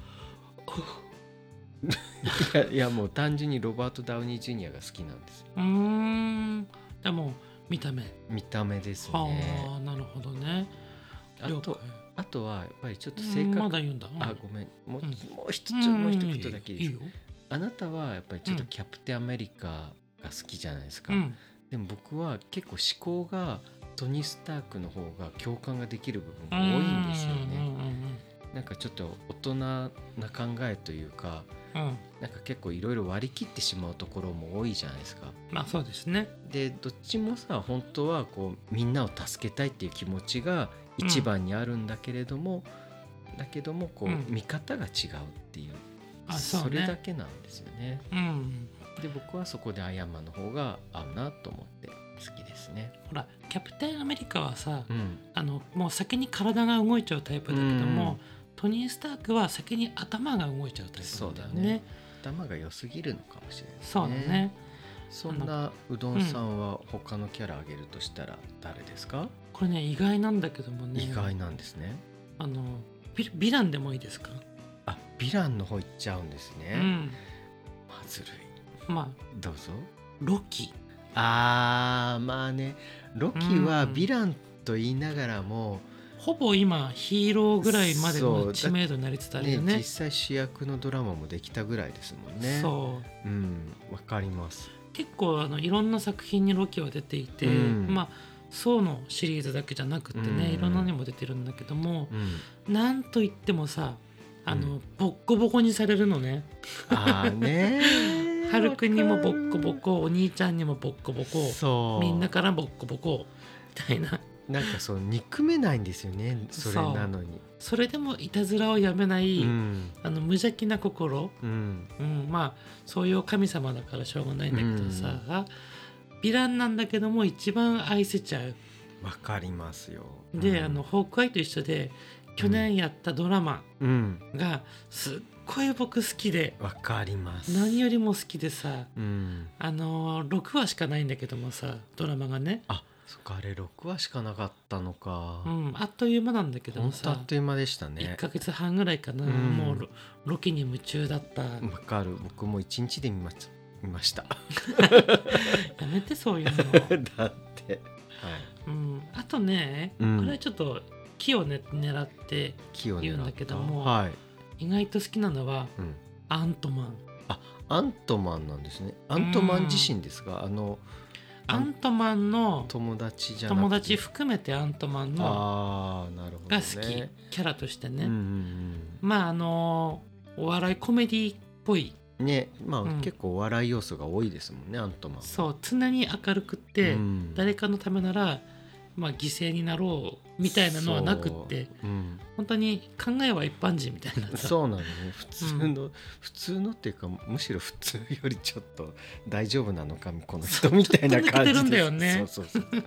Speaker 2: やいやもう単純にロバート・ダウニー・ジュニアが好きなんですよ
Speaker 1: うーんでも見た目
Speaker 2: 見た目ですね
Speaker 1: ああなるほどね
Speaker 2: あ
Speaker 1: 了解
Speaker 2: とあとはやっぱりちょっと
Speaker 1: う
Speaker 2: 性
Speaker 1: ん
Speaker 2: 格、
Speaker 1: まだ言うんだうん
Speaker 2: あごめんもう,、
Speaker 1: うん
Speaker 2: もう一つもう一言だけいいです
Speaker 1: いいよ
Speaker 2: あなたはやっぱりちょっと
Speaker 1: うん
Speaker 2: キャプテンアメリカが好きじゃないですか、
Speaker 1: うん
Speaker 2: でも僕は結構思考がトニー・スタークの方が共感ができる部分
Speaker 1: う
Speaker 2: が多いんですよね
Speaker 1: んうん
Speaker 2: なんかちょっと大人な考えというか
Speaker 1: うんうん
Speaker 2: なんか結構いろいろ割り切ってしまうところも多いじゃないですか
Speaker 1: まあそうですね
Speaker 2: でどっちもさ本当はこうみんなを助けたいっていう気持ちが一番にあるんだけれども、だけどもこう、
Speaker 1: うん
Speaker 2: 見方が違うっていう
Speaker 1: あそう
Speaker 2: れだ
Speaker 1: ね
Speaker 2: けなんですよね
Speaker 1: うん
Speaker 2: で僕はそこでアイアンマンの方が合うなと思って好きですね
Speaker 1: ほらキャプテンアメリカはさ
Speaker 2: うん
Speaker 1: あのもう先に体が動いちゃうタイプだけども、トニー・スタークは先に頭が動いちゃうタイプなんだよね。
Speaker 2: 頭が良すぎるのかもしれないです
Speaker 1: そうだね。
Speaker 2: そんなうどんさんは他のキャラあげるとしたら誰ですか、
Speaker 1: これね意外なんだけどもね。
Speaker 2: 意外なんですね
Speaker 1: あのビヴィランでもいいですか？
Speaker 2: あヴィランの方行っちゃうんです
Speaker 1: う
Speaker 2: ね、
Speaker 1: ん。
Speaker 2: まずるい
Speaker 1: まあ
Speaker 2: どうぞ
Speaker 1: ロキ。
Speaker 2: あーまあねロキはヴィランと言いながらも、
Speaker 1: ほぼ今ヒーローぐらいまで
Speaker 2: そ
Speaker 1: の
Speaker 2: う
Speaker 1: 知名度になりつつある
Speaker 2: ね
Speaker 1: よね
Speaker 2: 実。際主役のドラマもできたぐらいですもんね、
Speaker 1: そう
Speaker 2: ん、わかります
Speaker 1: う結構あのいろんな作品にロキは出ていて、
Speaker 2: うん
Speaker 1: まあそうのシリーズだけじゃなくってね、
Speaker 2: うん
Speaker 1: いろんなのにも出てるんだけども、
Speaker 2: うん、
Speaker 1: なんといってもさあの、
Speaker 2: うん
Speaker 1: ボッコボコにされるのね
Speaker 2: ああね
Speaker 1: ハルくんにもボッコボコお兄ちゃんにもボッコボコ
Speaker 2: そう
Speaker 1: みんなからボッコボコみたいな
Speaker 2: なんかそう憎めないんですよねそれ
Speaker 1: そう
Speaker 2: なのに
Speaker 1: それでもいたずらをやめない、
Speaker 2: うん
Speaker 1: あの無邪気な心、
Speaker 2: うん
Speaker 1: うん、まあそういう神様だからしょうがないんだけどさ、ヴィランなんだけども一番愛せちゃう
Speaker 2: わかりますよ
Speaker 1: で、
Speaker 2: うん
Speaker 1: あのホークアイと一緒で去年やったドラマ
Speaker 2: うん
Speaker 1: がすっごい僕好きで
Speaker 2: わかります
Speaker 1: 何よりも好きでさ
Speaker 2: うん
Speaker 1: あのー6話しかないんだけどもさドラマがね、
Speaker 2: あそっかあれ6話しかなかったのか、
Speaker 1: うん、あっという間なんだけど
Speaker 2: 本
Speaker 1: も
Speaker 2: 当あ
Speaker 1: さ
Speaker 2: っという間でした
Speaker 1: 1
Speaker 2: ね
Speaker 1: ヶ月半ぐらいかな、
Speaker 2: うん
Speaker 1: もうロロケに夢中だった、や
Speaker 2: わかる僕も一日で見ました見ました
Speaker 1: めてそういうの、
Speaker 2: だってはい
Speaker 1: うん、あとね、
Speaker 2: うん
Speaker 1: これはちょっと木を、ね、狙って
Speaker 2: 木を狙った
Speaker 1: 言うんだけども
Speaker 2: はい、
Speaker 1: 意外と好きなのは
Speaker 2: うん、
Speaker 1: アントマン
Speaker 2: アントマンなんですねアントマン自身ですが、あの
Speaker 1: アントマンの
Speaker 2: 友達じゃなくて
Speaker 1: 友達含めてアントマンの
Speaker 2: ああなるほど、
Speaker 1: が
Speaker 2: ね、
Speaker 1: 好き、キャラとしてね、
Speaker 2: うんうん
Speaker 1: まああのーお笑いコメディっぽい
Speaker 2: うん、ねまあ、
Speaker 1: うん
Speaker 2: 結構笑い要素が多いですもんねアントマン
Speaker 1: そう常に明るくって、
Speaker 2: うん
Speaker 1: 誰かのためならまあ、犠牲になろうみたいなのはなくって
Speaker 2: そう,、うん、
Speaker 1: 本当に考えは一般人みたいなさ
Speaker 2: そうなのね普通の、普通のっていうかむしろ普通よりちょっと大丈夫なのかこの人みたいな感じ
Speaker 1: ちょっと抜けてるんだよね
Speaker 2: そうそうそう、
Speaker 1: デ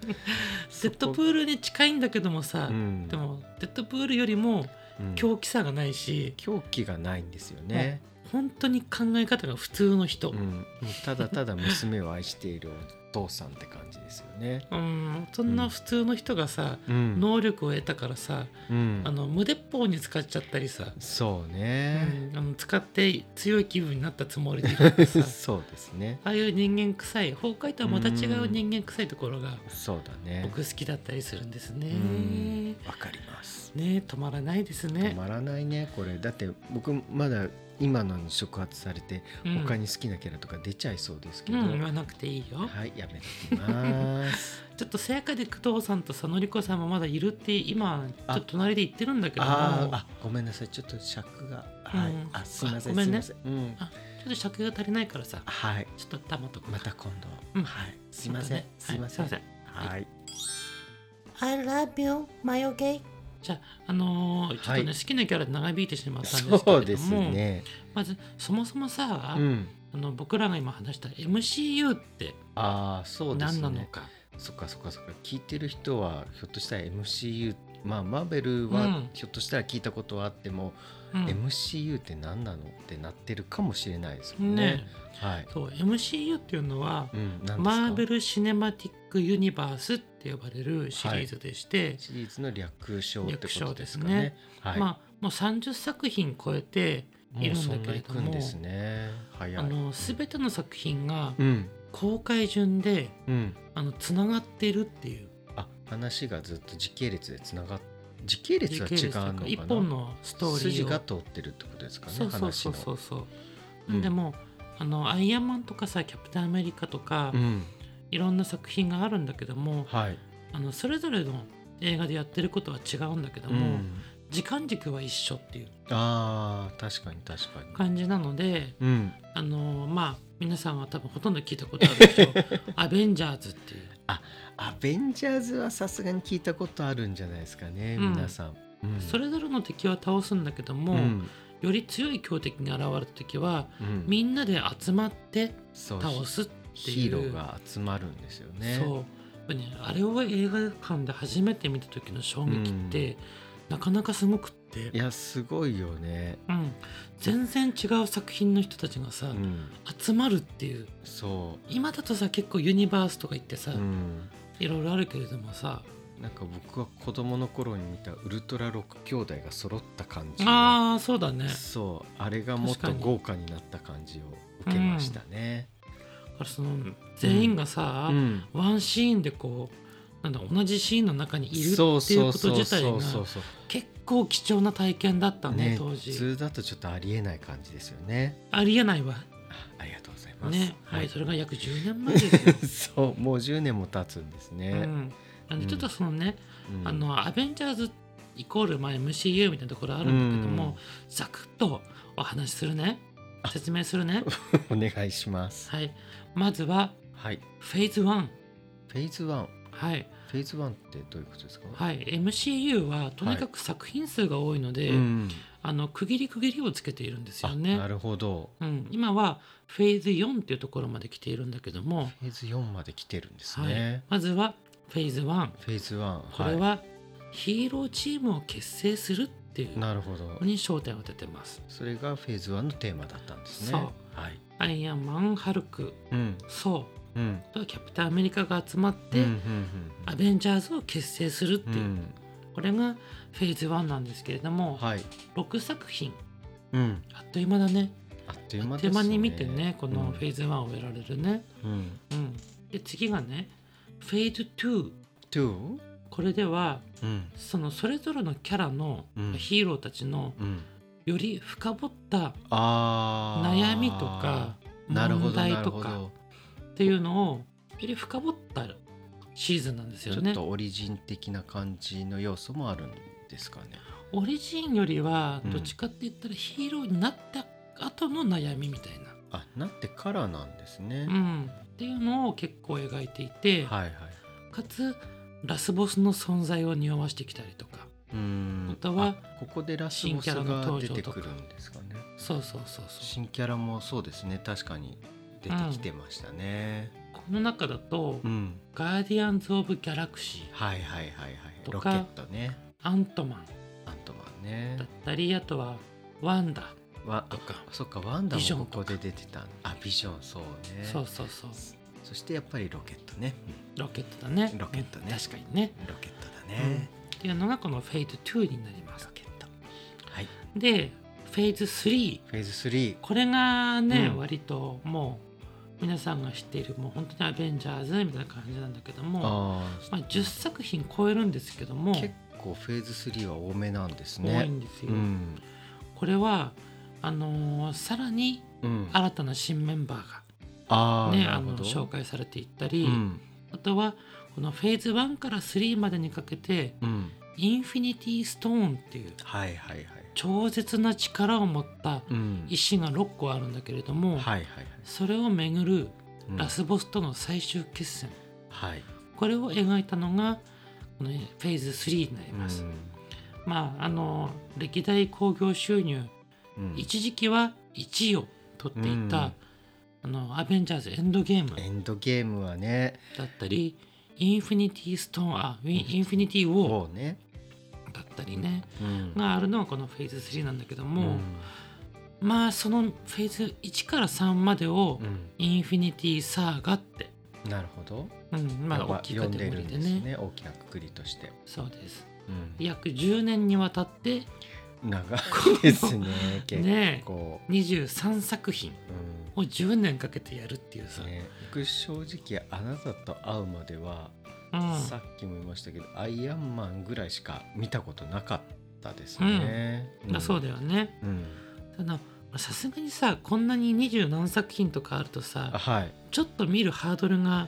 Speaker 1: ッドプールに近いんだけどもさ、
Speaker 2: うん、
Speaker 1: でもデッドプールよりも
Speaker 2: うん
Speaker 1: 狂気さがないし、
Speaker 2: 狂気がないんですよね、
Speaker 1: 本当に考え方が普通の人、
Speaker 2: うん、もうただただ娘を愛しているお父さんって感じですよね。
Speaker 1: うん、そんな普通の人がさ、
Speaker 2: うん、
Speaker 1: 能力を得たからさ、
Speaker 2: うん
Speaker 1: あの無鉄砲に使っちゃったりさ、
Speaker 2: そ
Speaker 1: う
Speaker 2: うね、
Speaker 1: んあの使って強い気分になったつもりでいるから さ
Speaker 2: そうですね
Speaker 1: ああいう人間臭い崩壊とはまた違う人間臭いところが
Speaker 2: そうだね
Speaker 1: 僕好きだったりするんですね。
Speaker 2: うんわかります
Speaker 1: ね止まらないです
Speaker 2: 止
Speaker 1: ね。
Speaker 2: まらないねこれだって僕まだ今のに触発されて
Speaker 1: うん
Speaker 2: 他に好きなキャラとか出ちゃいそうですけ
Speaker 1: う
Speaker 2: ど、
Speaker 1: ん、言わなくていいよ。
Speaker 2: はいやめときます
Speaker 1: ちょっとせやかで工藤さんとさのりこさんもまだいるって今ちょっと隣で言ってるんだけども
Speaker 2: あーあごめんなさいちょっと尺が、はい
Speaker 1: うん
Speaker 2: あすいません
Speaker 1: あごめんね
Speaker 2: すいません、うん
Speaker 1: あちょっと尺が足りないからさ
Speaker 2: はい
Speaker 1: ちょっと黙っとこう
Speaker 2: また今度、
Speaker 1: うん
Speaker 2: はいすいません、
Speaker 1: ね
Speaker 2: すいません
Speaker 1: はい、すいま
Speaker 2: はい、
Speaker 3: I love you, my okay?
Speaker 1: じゃああのーちょっとね、
Speaker 2: はい
Speaker 1: 好きなキャラで長引いてしまったんですけ
Speaker 2: そう
Speaker 1: れ
Speaker 2: で
Speaker 1: ど
Speaker 2: す
Speaker 1: も、
Speaker 2: ね
Speaker 1: まずそもそもさ、
Speaker 2: うん
Speaker 1: あの僕らが今話した MCU って
Speaker 2: ああそうです
Speaker 1: 何
Speaker 2: ね
Speaker 1: なのか
Speaker 2: そっかそっかそっか聞いてる人はひょっとしたら MCU まあマーベルは
Speaker 1: うん
Speaker 2: ひょっとしたら聞いたことはあっても、
Speaker 1: う,、
Speaker 2: MCU って何なのってなってるかもしれないですも
Speaker 1: ん、
Speaker 2: んね。
Speaker 1: ね
Speaker 2: はい。
Speaker 1: そう MCU っていうのは、
Speaker 2: うん、何ですか
Speaker 1: マーベル・シネマティック・ユニバースって呼ばれるシリーズでして、
Speaker 2: シリーズの略称ってことですか
Speaker 1: 略
Speaker 2: ね。はい。
Speaker 1: まあもう30作品超えてい
Speaker 2: も
Speaker 1: る
Speaker 2: うんそ
Speaker 1: だ
Speaker 2: ん
Speaker 1: け
Speaker 2: な
Speaker 1: れ
Speaker 2: い
Speaker 1: ど
Speaker 2: く
Speaker 1: も
Speaker 2: んですね。早い。
Speaker 1: あの全ての作品が
Speaker 2: うん
Speaker 1: 公開順で
Speaker 2: うん。
Speaker 1: あのつながってるっていう
Speaker 2: あ話がずっと時系列でつながっ時系列は違うのかな。
Speaker 1: 一本のストーリーを
Speaker 2: 筋が通ってるってことですかね。
Speaker 1: そうそうそうそううそう、
Speaker 2: うん
Speaker 1: でもあのアイアンマンとかさキャプテンアメリカとか、
Speaker 2: 話の。うん。
Speaker 1: いろんな作品があるんだけども
Speaker 2: はい。
Speaker 1: あのそれぞれの映画でやってることは違うんだけど
Speaker 2: う
Speaker 1: も、
Speaker 2: ん。
Speaker 1: 時間軸は一緒っていう
Speaker 2: ああ確かに確かに。
Speaker 1: 感じなので
Speaker 2: うん。
Speaker 1: あのまあ皆さんは多分ほとんど聞いたことあるでしょ 「アベンジャーズ」っていう
Speaker 2: アベンジャーズはさすがに聞いたことあるんじゃないですかね、
Speaker 1: うん
Speaker 2: 皆さん。うん
Speaker 1: それぞれの敵は倒すんだけども、
Speaker 2: うん
Speaker 1: より強い強敵に現れた時は
Speaker 2: うん
Speaker 1: みんなで集まって
Speaker 2: そう
Speaker 1: 倒す
Speaker 2: ヒヒーローが集まるんですよね。
Speaker 1: そうやっぱねあれを映画館で初めて見た時の衝撃って、なかなかすごくって
Speaker 2: い、やすごいよね。
Speaker 1: うん、全然違う作品の人たちがさ、
Speaker 2: うん、
Speaker 1: 集まるっていう
Speaker 2: そ
Speaker 1: 今だとさ結構ユニバースとか行ってさ、
Speaker 2: う、うん、
Speaker 1: いろいろあるけれどもさ
Speaker 2: なんか僕は子供の頃に見たウルトラ6兄弟が揃った感じ
Speaker 1: ああそうだね
Speaker 2: そうあれがもっと
Speaker 1: 確かに
Speaker 2: 豪華になった感じを受けましたね。
Speaker 1: だからその全員がさ、
Speaker 2: うん
Speaker 1: ワンシーンでこうなんだ同じシーンの中にいるっていう
Speaker 2: そ
Speaker 1: こ
Speaker 2: うそう
Speaker 1: と
Speaker 2: そう
Speaker 1: 自体
Speaker 2: そ
Speaker 1: が
Speaker 2: うそうそう
Speaker 1: 結構貴重な体験だったね
Speaker 2: ね
Speaker 1: 当
Speaker 2: 普
Speaker 1: 時
Speaker 2: 通だとちょっとありえない感じですよね。
Speaker 1: ありえないわ
Speaker 2: あありがとうございます。
Speaker 1: ね、
Speaker 2: は、
Speaker 1: はいい、、それが約10年前ですよ
Speaker 2: そうもう10年も経つんです
Speaker 1: う
Speaker 2: ね。
Speaker 1: ん、なんでちょっとそのね、
Speaker 2: うん
Speaker 1: あのアベンジャーズイコールまあ MCU みたいなところあるんだけども、ざくっとお話しするね説明する ね
Speaker 2: お願いします。
Speaker 1: はいまずは
Speaker 2: はい。
Speaker 1: フェーズ1
Speaker 2: フェーズ1
Speaker 1: はい、
Speaker 2: フェーズ1ってどういうことですか。い。
Speaker 1: はい、MCU はとにかく作品数が多いので、
Speaker 2: うん、
Speaker 1: あの区切り区切りをつけているんですよ
Speaker 2: あな
Speaker 1: ね、
Speaker 2: るほど。
Speaker 1: うん、今はフェーズ4っていうところまで来ているんだけども、
Speaker 2: フェーズ4まで来てるんです
Speaker 1: はい
Speaker 2: ね。、
Speaker 1: まずはフェーズ1
Speaker 2: フェーズ1
Speaker 1: これ
Speaker 2: は
Speaker 1: はヒーローチームを結成するっていう
Speaker 2: い、なるほど
Speaker 1: の。に焦点を当ててます。
Speaker 2: それがフェーズ1のテーマだったんですね。
Speaker 1: そう
Speaker 2: はい。
Speaker 1: アイアンマン、ハルク、
Speaker 2: うん
Speaker 1: ソ
Speaker 2: うん
Speaker 1: ウ、あとはキャプテンアメリカが集まって、
Speaker 2: うん
Speaker 1: アベンジャーズを結成するって
Speaker 2: うんうん
Speaker 1: い
Speaker 2: う
Speaker 1: う、
Speaker 2: ん
Speaker 1: これがフェーズ1なんですけれども、
Speaker 2: はい。
Speaker 1: 6作品
Speaker 2: うん。
Speaker 1: あっという間だね
Speaker 2: あっという
Speaker 1: あ
Speaker 2: 間
Speaker 1: っ
Speaker 2: で
Speaker 1: と
Speaker 2: す
Speaker 1: いう
Speaker 2: ね。
Speaker 1: 間に見てねこのフェ
Speaker 2: ー
Speaker 1: ーズ1を終えられるね、
Speaker 2: ズ。うん。
Speaker 1: うん、で次がねフェーズ2
Speaker 2: 2?
Speaker 1: これでは
Speaker 2: うん
Speaker 1: そのそれぞれのキャラの
Speaker 2: うん
Speaker 1: ヒーローたちの
Speaker 2: うん。
Speaker 1: より深掘った
Speaker 2: ああ。
Speaker 1: 悩みとか
Speaker 2: なるほ
Speaker 1: 問
Speaker 2: どな
Speaker 1: 題
Speaker 2: る
Speaker 1: と
Speaker 2: ほ
Speaker 1: か
Speaker 2: ど。
Speaker 1: っていうのをより深掘ったシーズンなんです
Speaker 2: ちょ
Speaker 1: よ
Speaker 2: っ
Speaker 1: ね。
Speaker 2: とオリジン的な感じの要素もあるんですかね。
Speaker 1: オリジンよりは
Speaker 2: うん
Speaker 1: どっちかって言ったらヒーローになった後の悩みみたいな、
Speaker 2: あなってからなんですね。
Speaker 1: うん、っていうのを結構描いていて、
Speaker 2: はいはい。
Speaker 1: かつラスボスの存在を匂わしてきたりとか
Speaker 2: うん
Speaker 1: あとは
Speaker 2: あここでラスボスが出てくるんですかね
Speaker 1: そうそうそうそう
Speaker 2: 新キャラもそうですね確かに出てきてましたね
Speaker 1: この中だと、
Speaker 2: うん、
Speaker 1: ガーディアンズ・オブ・ギャラクシー
Speaker 2: はいはいはいはい
Speaker 1: とか
Speaker 2: ロケットね
Speaker 1: アントマン
Speaker 2: アントマン
Speaker 1: だっ
Speaker 2: ね
Speaker 1: たりあとはワンダ
Speaker 2: わ
Speaker 1: とか
Speaker 2: あそっかワンダ
Speaker 1: ビジョン
Speaker 2: も
Speaker 1: と
Speaker 2: こ
Speaker 1: か
Speaker 2: こで出てたあビジョンそうね
Speaker 1: そうそうそう
Speaker 2: そしてやっぱりロケットね、
Speaker 1: ロケットだね
Speaker 2: ロケットね
Speaker 1: うん確かにね
Speaker 2: うんロケットだね、
Speaker 1: っていうのがこのフェイズ2になります
Speaker 2: ロケットはい
Speaker 1: でフェーズ3
Speaker 2: フェーズ3
Speaker 1: これがね、
Speaker 2: うん
Speaker 1: 割ともう皆さんが知っているもう本当にアベンジャーズみたいな感じなんだけども
Speaker 2: あ
Speaker 1: まあ、10作品超えるんですけども
Speaker 2: あ結構フェーズ3は多めなんですね
Speaker 1: 多いんですよ、
Speaker 2: うん
Speaker 1: これはあのーさらに
Speaker 2: うん、あ
Speaker 1: 新たな新メンバー
Speaker 2: あ
Speaker 1: が、
Speaker 2: ー
Speaker 1: ね、
Speaker 2: な
Speaker 1: あ
Speaker 2: るほ
Speaker 1: の
Speaker 2: ど
Speaker 1: 紹介されていったり、
Speaker 2: うん
Speaker 1: あとはこのフェーズ1から3までにかけて
Speaker 2: うん、
Speaker 1: インフィニティストーンっていう
Speaker 2: はいはいはい、
Speaker 1: 超絶な力を持った
Speaker 2: うん、
Speaker 1: 石が6個あるんだけれども、
Speaker 2: はいはいはい、
Speaker 1: それをめぐる
Speaker 2: うん
Speaker 1: ラスボスとの最終決戦、
Speaker 2: はい
Speaker 1: これを描いたのがこのフェーズ3になります、
Speaker 2: う
Speaker 1: まああの歴代興行収入
Speaker 2: んうん
Speaker 1: 一時期は1位を取っていた、あのアベンジャーズエンドゲーム
Speaker 2: エンドゲームはね
Speaker 1: だったりインフィニティストーンあウィ
Speaker 2: うん
Speaker 1: ンインフィニティウォ
Speaker 2: もうね、
Speaker 1: ーだったりね
Speaker 2: うん
Speaker 1: があるのはこのフェーズ3なんだけど
Speaker 2: う
Speaker 1: も、
Speaker 2: ん
Speaker 1: まあそのフェーズ1から3までを
Speaker 2: うん
Speaker 1: インフィニティサーガって、
Speaker 2: なるほど、
Speaker 1: うん、まあ
Speaker 2: 呼ば
Speaker 1: 大きい
Speaker 2: 呼
Speaker 1: カ
Speaker 2: ん
Speaker 1: テ
Speaker 2: で
Speaker 1: ゴ
Speaker 2: る
Speaker 1: リー
Speaker 2: ん
Speaker 1: で
Speaker 2: です
Speaker 1: ね
Speaker 2: ね大きな括りとして、
Speaker 1: そうです
Speaker 2: うん
Speaker 1: 約10年にわたって
Speaker 2: 長いです ね結
Speaker 1: ね
Speaker 2: 構、
Speaker 1: 23作品
Speaker 2: うん
Speaker 1: を10年かけてやるっていうさ、
Speaker 2: ね、僕正直あなたと会うまでは、
Speaker 1: うん、
Speaker 2: さっきも言いましたけどアイアンマンぐらいしか見たことなかったですね、
Speaker 1: だそうだ
Speaker 2: よ、
Speaker 1: よね
Speaker 2: うん、
Speaker 1: たださすがにさこんなに二十何作品とかあると
Speaker 2: あ
Speaker 1: さ
Speaker 2: はい
Speaker 1: ちょっと見るハードルが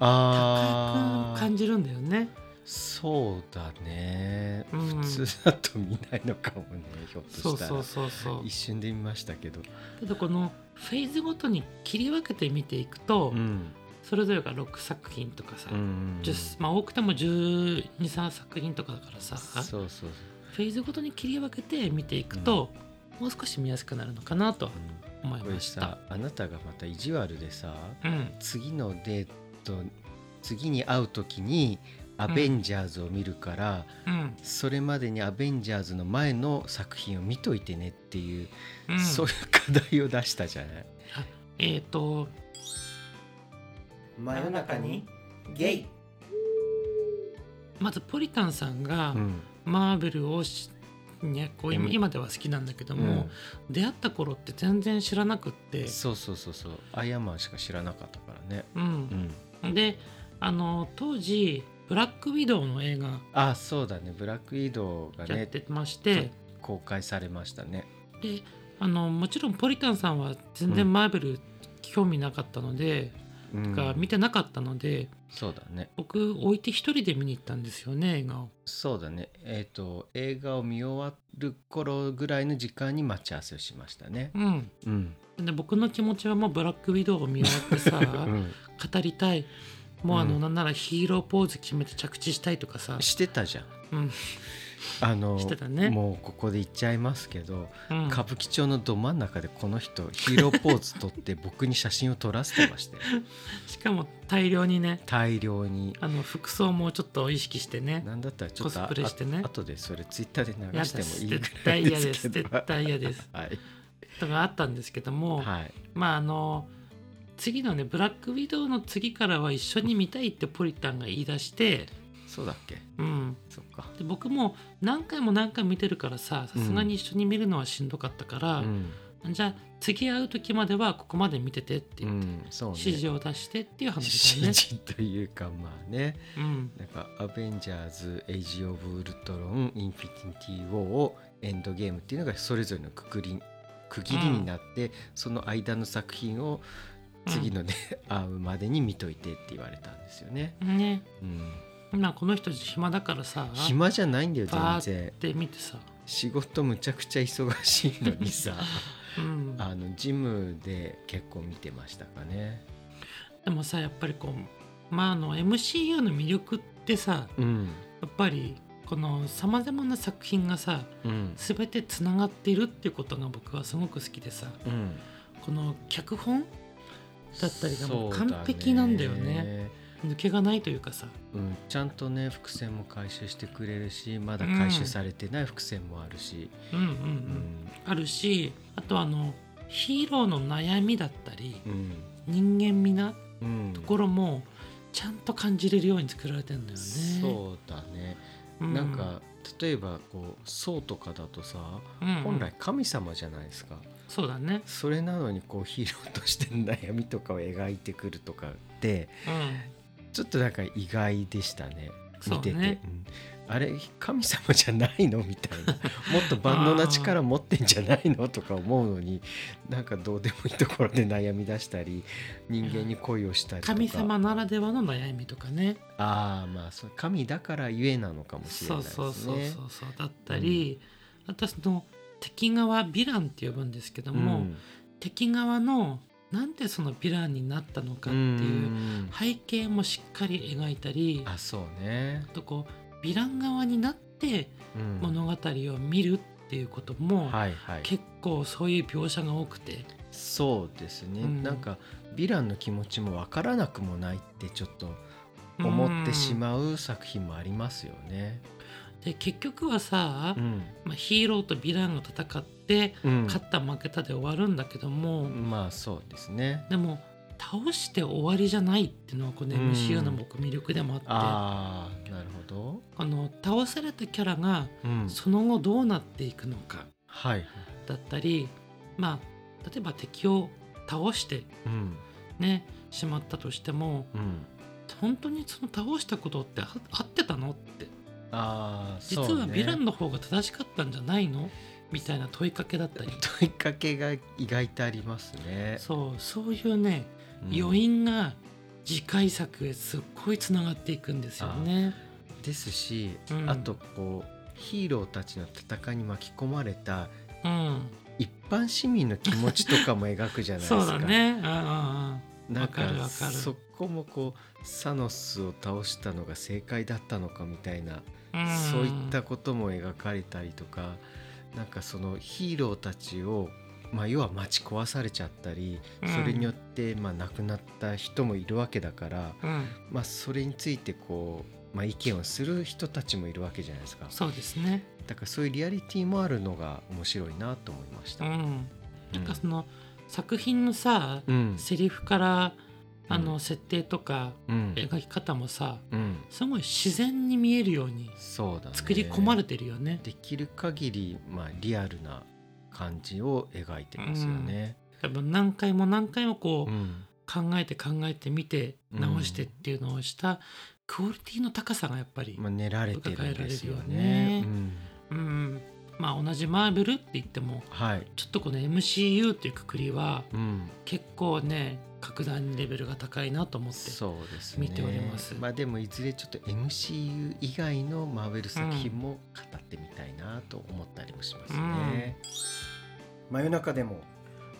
Speaker 2: あ
Speaker 1: 高
Speaker 2: あ
Speaker 1: く感じるんだよね
Speaker 2: そうだね、
Speaker 1: うん
Speaker 2: 普通だと見ないのかもねひょっとした
Speaker 1: そ
Speaker 2: ら
Speaker 1: うそうそうそう
Speaker 2: 一瞬で見ましたけど、
Speaker 1: ただこのフェーズごとに切り分けて見ていくと、
Speaker 2: うん
Speaker 1: それぞれが6作品とかさ、
Speaker 2: うん
Speaker 1: 10まあ多くても123作品とかだからさ
Speaker 2: そう
Speaker 1: フ
Speaker 2: そうそう、
Speaker 1: ェーズごとに切り分けて見ていくと、もう少し見やすくなるのかなと
Speaker 2: うん
Speaker 1: 思い
Speaker 2: これ
Speaker 1: ました
Speaker 2: さ。あなたがまた意地悪でさ
Speaker 1: うん、
Speaker 2: 次のデート次に会う時に「アベンジャーズ」を見るから、
Speaker 1: うん
Speaker 2: それまでに「アベンジャーズ」の前の作品を見といてねっていう、
Speaker 1: うん、
Speaker 2: そういう課題を出したじゃない。
Speaker 1: えっ、と
Speaker 2: 真
Speaker 1: 夜中に
Speaker 2: ゲイ、
Speaker 1: まずポリタンさんが
Speaker 2: うん
Speaker 1: マーベルをし、ね、こう今
Speaker 2: うん
Speaker 1: 今では好きなんだけど
Speaker 2: う
Speaker 1: も
Speaker 2: ん、
Speaker 1: 出会った頃って全然知らなくって、
Speaker 2: そうそうそうそうアイアンマンしか知らなかったからね。
Speaker 1: うん
Speaker 2: うん、
Speaker 1: であの当時ブラックウィドウの映画
Speaker 2: あそうだねブラックウィドウが
Speaker 1: やっ
Speaker 2: ね
Speaker 1: てまして、
Speaker 2: 公開されましたね。
Speaker 1: であのもちろんポリタンさんは全然マーベル興味なかったので、
Speaker 2: うん
Speaker 1: が見てなかったので
Speaker 2: そうだね
Speaker 1: 僕置いて一人で見に行ったんですよね映画を。
Speaker 2: そうだねえっ、と映画を見終わる頃ぐらいの時間に待ち合わせをしましたね。
Speaker 1: うん
Speaker 2: うん
Speaker 1: で僕の気持ちはもうブラックウィドウを見終わってさ
Speaker 2: うん
Speaker 1: 語りたいもうあの、
Speaker 2: うん
Speaker 1: なんならヒーローポーズ決めて着地したいとかさ、
Speaker 2: してたじゃん。
Speaker 1: うん
Speaker 2: あの
Speaker 1: してたね
Speaker 2: もうここで言っちゃいますけど、
Speaker 1: うん
Speaker 2: 歌舞伎町のど真ん中でこの人ヒーローポーズ撮って僕に写真を撮らせてまして
Speaker 1: しかも大量にね
Speaker 2: 大量に
Speaker 1: あの服装もちょっと意識してね
Speaker 2: なんだったらちょっと
Speaker 1: コスプレしてね
Speaker 2: あとでそれツイッターで
Speaker 1: や
Speaker 2: 流
Speaker 1: だ
Speaker 2: してもいいぐ
Speaker 1: 絶
Speaker 2: らい
Speaker 1: 対
Speaker 2: で
Speaker 1: 嫌
Speaker 2: す
Speaker 1: です
Speaker 2: けど
Speaker 1: 絶対嫌です
Speaker 2: はい、
Speaker 1: とかあったんですけども、
Speaker 2: はい、
Speaker 1: まああの次のねブラックウィドウの次からは一緒に見たいってポリタンが言い出して、
Speaker 2: そうだっけ
Speaker 1: うん、
Speaker 2: そっか
Speaker 1: で僕も何回も何回も見てるからささすがに一緒に見るのはしんどかったか
Speaker 2: う
Speaker 1: ら、
Speaker 2: ん、
Speaker 1: じゃあ次会う時まではここまで見ててって
Speaker 2: う
Speaker 1: 言って、
Speaker 2: ん、そうね
Speaker 1: 指示を出してっていう
Speaker 2: 指
Speaker 1: 話だ よね。
Speaker 2: 示というかまあね
Speaker 1: うん
Speaker 2: なんか「アベンジャーズ」「エイジ・オブ・ウルトロン」「インフィニティ・ウォー」をエンドゲームっていうのがそれぞれのくくり区切りになって、その間の作品を次のね、会うまでに見といてって言われたんですよね。
Speaker 1: ね
Speaker 2: うん、
Speaker 1: 今この人暇だからさっ
Speaker 2: 暇じゃないんだよ
Speaker 1: バー
Speaker 2: 全
Speaker 1: っ
Speaker 2: 然
Speaker 1: て見てさ、
Speaker 2: 仕事むちゃくちゃ忙しいの にさ
Speaker 1: うん、
Speaker 2: あのジムで結構見てましたかね。
Speaker 1: でもさやっぱりこうまああの MCU の魅力っってさ
Speaker 2: うん
Speaker 1: やっぱりこのさまざまな作品がさ
Speaker 2: うん
Speaker 1: 全てつながっているっていうことが僕はすごく好きでさ
Speaker 2: うん
Speaker 1: この脚本だったりがもう
Speaker 2: そうだね
Speaker 1: 完璧なんだよね抜けがないというかさ
Speaker 2: うん、ちゃんとね伏線も回収してくれるしまだ回収されてない伏線もあるし、
Speaker 1: うんうんう
Speaker 2: うんん
Speaker 1: あるしあとあのヒーローの悩みだったり
Speaker 2: うん
Speaker 1: 人間味な
Speaker 2: うん
Speaker 1: ところもちゃんと感じれるように作られてるんだよね。
Speaker 2: そうだね、
Speaker 1: うん
Speaker 2: なんか例えばこう僧とかだとさ
Speaker 1: うん
Speaker 2: 本来神様じゃないですか、
Speaker 1: そうだね、
Speaker 2: それなのにこうヒーローとしての悩みとかを描いてくるとかって
Speaker 1: う
Speaker 2: ちょっとなんか意外でしたね
Speaker 1: そう
Speaker 2: 見てて、
Speaker 1: ね
Speaker 2: うんあれ神様じゃないのみたいな もっと万能な力持ってんじゃないのとか思うのになんかどうでもいいところで悩み出したり人間に恋をしたり
Speaker 1: ん、
Speaker 2: とか
Speaker 1: 神様ならではの悩みとかね
Speaker 2: ああまあそう神だからゆえなのかもしれ
Speaker 1: そ
Speaker 2: ないうです
Speaker 1: そ
Speaker 2: ね。
Speaker 1: うそうそうそうだったり、あとはその敵側ヴィランって呼ぶんですけども、
Speaker 2: ん
Speaker 1: 敵側のなんでそのヴィランになったのかって
Speaker 2: う
Speaker 1: いうん背景もしっかり描いたり、あ
Speaker 2: あそうね、
Speaker 1: とこうヴィラン側になって
Speaker 2: うん
Speaker 1: 物語を見るっていうことも、
Speaker 2: はいはい
Speaker 1: 結構そういう描写が多くて
Speaker 2: そうですね、
Speaker 1: うん
Speaker 2: なんかヴィランの気持ちもわからなくもないってちょっと思ってしまう作品もありますよね。
Speaker 1: うんで結局はさ、
Speaker 2: うん
Speaker 1: まあ、ヒーローとヴィランが戦って
Speaker 2: うん
Speaker 1: 勝った負けたで終わるんだけども、
Speaker 2: まあそうですね。
Speaker 1: でも倒して終わりじゃないっていうのはこの
Speaker 2: うん
Speaker 1: MCU の僕魅力でもあって、
Speaker 2: ああなるほど。
Speaker 1: この倒されたキャラが
Speaker 2: うん
Speaker 1: その後どうなっていくのか
Speaker 2: はい。
Speaker 1: だったりまあ例えば敵を倒して
Speaker 2: うん
Speaker 1: ねしまったとしても
Speaker 2: うん。
Speaker 1: 本当にその倒したことってあ合ってたのって
Speaker 2: ああ
Speaker 1: 実
Speaker 2: そうね。
Speaker 1: はヴィランの方が正しかったんじゃないのみたいな問いかけだったり
Speaker 2: 問いかけが意外とありますね。
Speaker 1: そうそういうね
Speaker 2: うん
Speaker 1: 余韻が次回作へすっごいつながっていくんですよね。
Speaker 2: ですし、
Speaker 1: うん
Speaker 2: あとこうヒーローたちの戦いに巻き込まれた
Speaker 1: うん、
Speaker 2: 一般市民の気持ちとかも描くじゃないです か。
Speaker 1: そうだね。うんうんうん
Speaker 2: なんか
Speaker 1: わかるわかる
Speaker 2: そこもこうサノスを倒したのが正解だったのかみたいな、
Speaker 1: うん
Speaker 2: そういったことも描かれたりとかなんかそのヒーローたちを、まあ、要は待ち壊されちゃったり、
Speaker 1: うん
Speaker 2: それによってまあ亡くなった人もいるわけだから、
Speaker 1: うん、
Speaker 2: まあ、それについてこう、まあ、意見をする人たちもいるわけじゃないですか
Speaker 1: そうですね。
Speaker 2: だからそういうリアリティもあるのが面白いなと思いまし
Speaker 1: う
Speaker 2: た。
Speaker 1: ん、なんかその、作品のさ、
Speaker 2: うん
Speaker 1: セリフからあの、
Speaker 2: うん
Speaker 1: 設定とか
Speaker 2: うん
Speaker 1: 描き方もさ、
Speaker 2: うん
Speaker 1: すごい自然に見えるように
Speaker 2: そうだね
Speaker 1: 作り込まれてるよね。
Speaker 2: できる限りまあリアルな感じを描いてますよね。
Speaker 1: 多分何回も何回もこう、
Speaker 2: うん
Speaker 1: 考えて考えて見て
Speaker 2: うん
Speaker 1: 直してっていうのをしたクオリティの高さがやっぱり、
Speaker 2: まあ練られてるんですよ
Speaker 1: 伺えられるよ
Speaker 2: ね。
Speaker 1: ね
Speaker 2: うん
Speaker 1: うんまあ同じマーベルって言っても
Speaker 2: はい。
Speaker 1: ちょっとこの MCU っていうくくりは
Speaker 2: うん、
Speaker 1: 結構ね格段にレベルが高いなと思って
Speaker 2: そうですね。
Speaker 1: 見ております
Speaker 2: まあでもいずれちょっと MCU 以外のマーベル作品も語ってみたいなと思ったりもしますね。真夜中でも。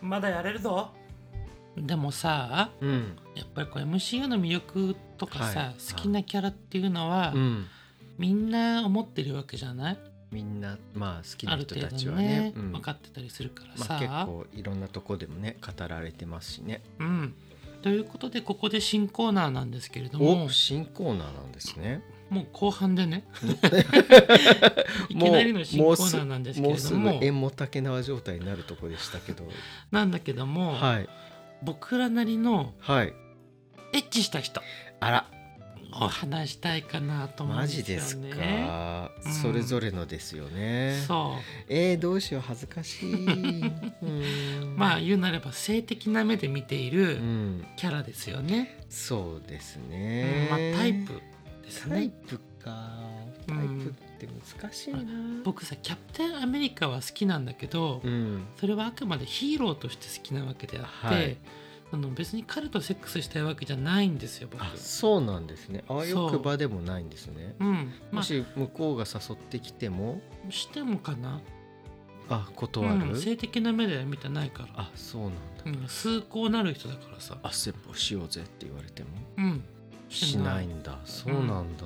Speaker 1: まだやれるぞでもさ
Speaker 2: うん。
Speaker 1: やっぱりこう MCU の魅力とかさ、
Speaker 2: はい
Speaker 1: 好きなキャラっていうのは、
Speaker 2: うん。
Speaker 1: みんな思ってるわけじゃない
Speaker 2: みんなまあ好き
Speaker 1: あ
Speaker 2: な
Speaker 1: る
Speaker 2: 人
Speaker 1: 程
Speaker 2: たち
Speaker 1: 度
Speaker 2: は
Speaker 1: ね
Speaker 2: ね。うん
Speaker 1: 分かってたりするから
Speaker 2: ま
Speaker 1: さ、
Speaker 2: あ結構いろんなとこでもね語られてますしね。
Speaker 1: うん、ということでここで新コーナーなんですけれども
Speaker 2: お新コーナーなんですね。
Speaker 1: もう後半 でねい
Speaker 2: もう
Speaker 1: きなりの新コーナーなんですけ
Speaker 2: も
Speaker 1: れ
Speaker 2: うす
Speaker 1: ど
Speaker 2: ぐ
Speaker 1: も
Speaker 2: 縁も竹縄状態になるとこでしたけど
Speaker 1: なんだけども、
Speaker 2: はい
Speaker 1: 僕らなりの
Speaker 2: はい
Speaker 1: エッチした人
Speaker 2: あら
Speaker 1: を話したいかなと思うん
Speaker 2: マ
Speaker 1: です
Speaker 2: ジ
Speaker 1: よね。
Speaker 2: ですか、
Speaker 1: うん
Speaker 2: それぞれのですよね
Speaker 1: そ
Speaker 2: えー、どうしよう恥ずかし いう
Speaker 1: うんまあ言うなれば性的な目で見ていうる
Speaker 2: ん
Speaker 1: キャラですよね。
Speaker 2: そうです
Speaker 1: う
Speaker 2: ね
Speaker 1: ん、まあタイプです
Speaker 2: タイ
Speaker 1: ね。
Speaker 2: プか
Speaker 1: う
Speaker 2: タイプっ
Speaker 1: ん
Speaker 2: て難しいな、うん、
Speaker 1: 僕さキャプテンアメリカは好きなんだけど、それはあくまでヒーローとして好きなわけであって、
Speaker 2: はい
Speaker 1: あの別に彼とセックスしたいわけじゃないんですよ僕
Speaker 2: あ。そうなんですねあわよ
Speaker 1: そ
Speaker 2: く
Speaker 1: う
Speaker 2: ばでもないんですね
Speaker 1: うん、ま
Speaker 2: も
Speaker 1: あ
Speaker 2: し向こうが誘ってきても
Speaker 1: してもかな、
Speaker 2: あ
Speaker 1: う
Speaker 2: 断る、
Speaker 1: ん、性的な目では見てないから、
Speaker 2: あそうなんだ
Speaker 1: うん、崇高なる人だからさ、
Speaker 2: あセッポしようぜって言われても
Speaker 1: うん、
Speaker 2: しないんだそうなんだ、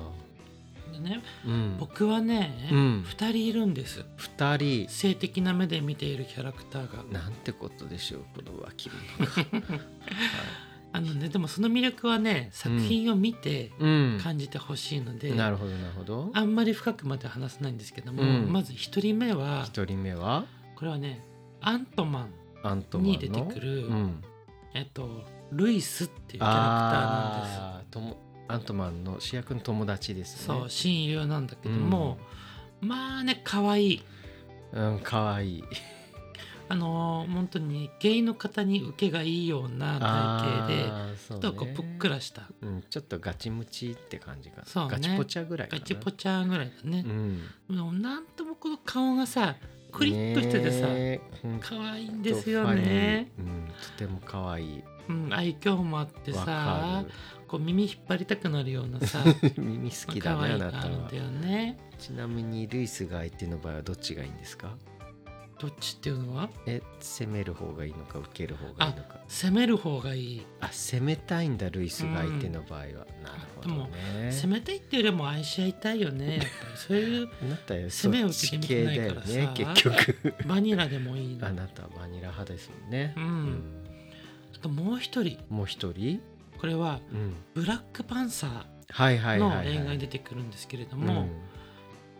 Speaker 1: でね
Speaker 2: うん
Speaker 1: 僕はね、
Speaker 2: う
Speaker 1: 二
Speaker 2: ん
Speaker 1: 2人いるんです
Speaker 2: 二人
Speaker 1: 性的な目で見ているキャラクターが
Speaker 2: なんてことでしょうこの脇の中
Speaker 1: あのねでもその魅力はね作品を見て
Speaker 2: うん
Speaker 1: 感じてほしいので、
Speaker 2: なるほどなるほど
Speaker 1: あんまり深くまで話せないんですけども、
Speaker 2: うん
Speaker 1: まず1人目は
Speaker 2: 一人目は
Speaker 1: これはねアントマン
Speaker 2: アントマンの
Speaker 1: に出てくる
Speaker 2: うん、
Speaker 1: えっとルイスっていうキャラクターなんです
Speaker 2: あーともアントマンの主役の友達ですね
Speaker 1: そう親友なんだけども、まあね可愛い
Speaker 2: うんかわいい
Speaker 1: あのー本当にゲイの方に受けがいいような体型で
Speaker 2: あーそう
Speaker 1: ちょっとこ
Speaker 2: ね
Speaker 1: うぷっくらした
Speaker 2: うん、ちょっとガチムチって感じかな
Speaker 1: そうね
Speaker 2: ガチポチャぐらいか
Speaker 1: ガ
Speaker 2: な
Speaker 1: チポチャぐらいだね
Speaker 2: う、ん
Speaker 1: でもなんともこの顔がさクリッとしててさ、
Speaker 2: ねえほんと
Speaker 1: 可愛いんですよね、
Speaker 2: ファニーうん、とても可愛い
Speaker 1: うん、愛嬌もあって
Speaker 2: わ
Speaker 1: さ
Speaker 2: か
Speaker 1: こう耳引っ張りたくなるようなさ
Speaker 2: る耳 好きだ
Speaker 1: 可愛
Speaker 2: ねあ
Speaker 1: いが
Speaker 2: な
Speaker 1: あ
Speaker 2: た
Speaker 1: るん
Speaker 2: は
Speaker 1: だよね
Speaker 2: ちなみにルイスが相手の場合はどっちがいいんですか
Speaker 1: どっちっていうのは
Speaker 2: え攻める方がいいのか受ける方がいいのか
Speaker 1: 攻める方がいい
Speaker 2: あ攻めたいんだルイスが相手の場合は、なるほどね
Speaker 1: 攻めたいっていうよりも愛し合いたいよねやっぱりそういう
Speaker 2: あなたよ
Speaker 1: 攻めを
Speaker 2: そっち
Speaker 1: 受け
Speaker 2: 系
Speaker 1: 身じ
Speaker 2: だ
Speaker 1: ゃ
Speaker 2: よ
Speaker 1: ない
Speaker 2: ね
Speaker 1: からさ
Speaker 2: 結局
Speaker 1: バニラでもいいの
Speaker 2: あなたはバニラ派ですもんね、
Speaker 1: うんあともう一人
Speaker 2: うんもう一人、
Speaker 1: これは
Speaker 2: うん、
Speaker 1: ブラックパンサ
Speaker 2: はい
Speaker 1: ー
Speaker 2: はいはい、
Speaker 1: の
Speaker 2: はい、
Speaker 1: 映画に出てくるんですけれど
Speaker 2: うん
Speaker 1: も、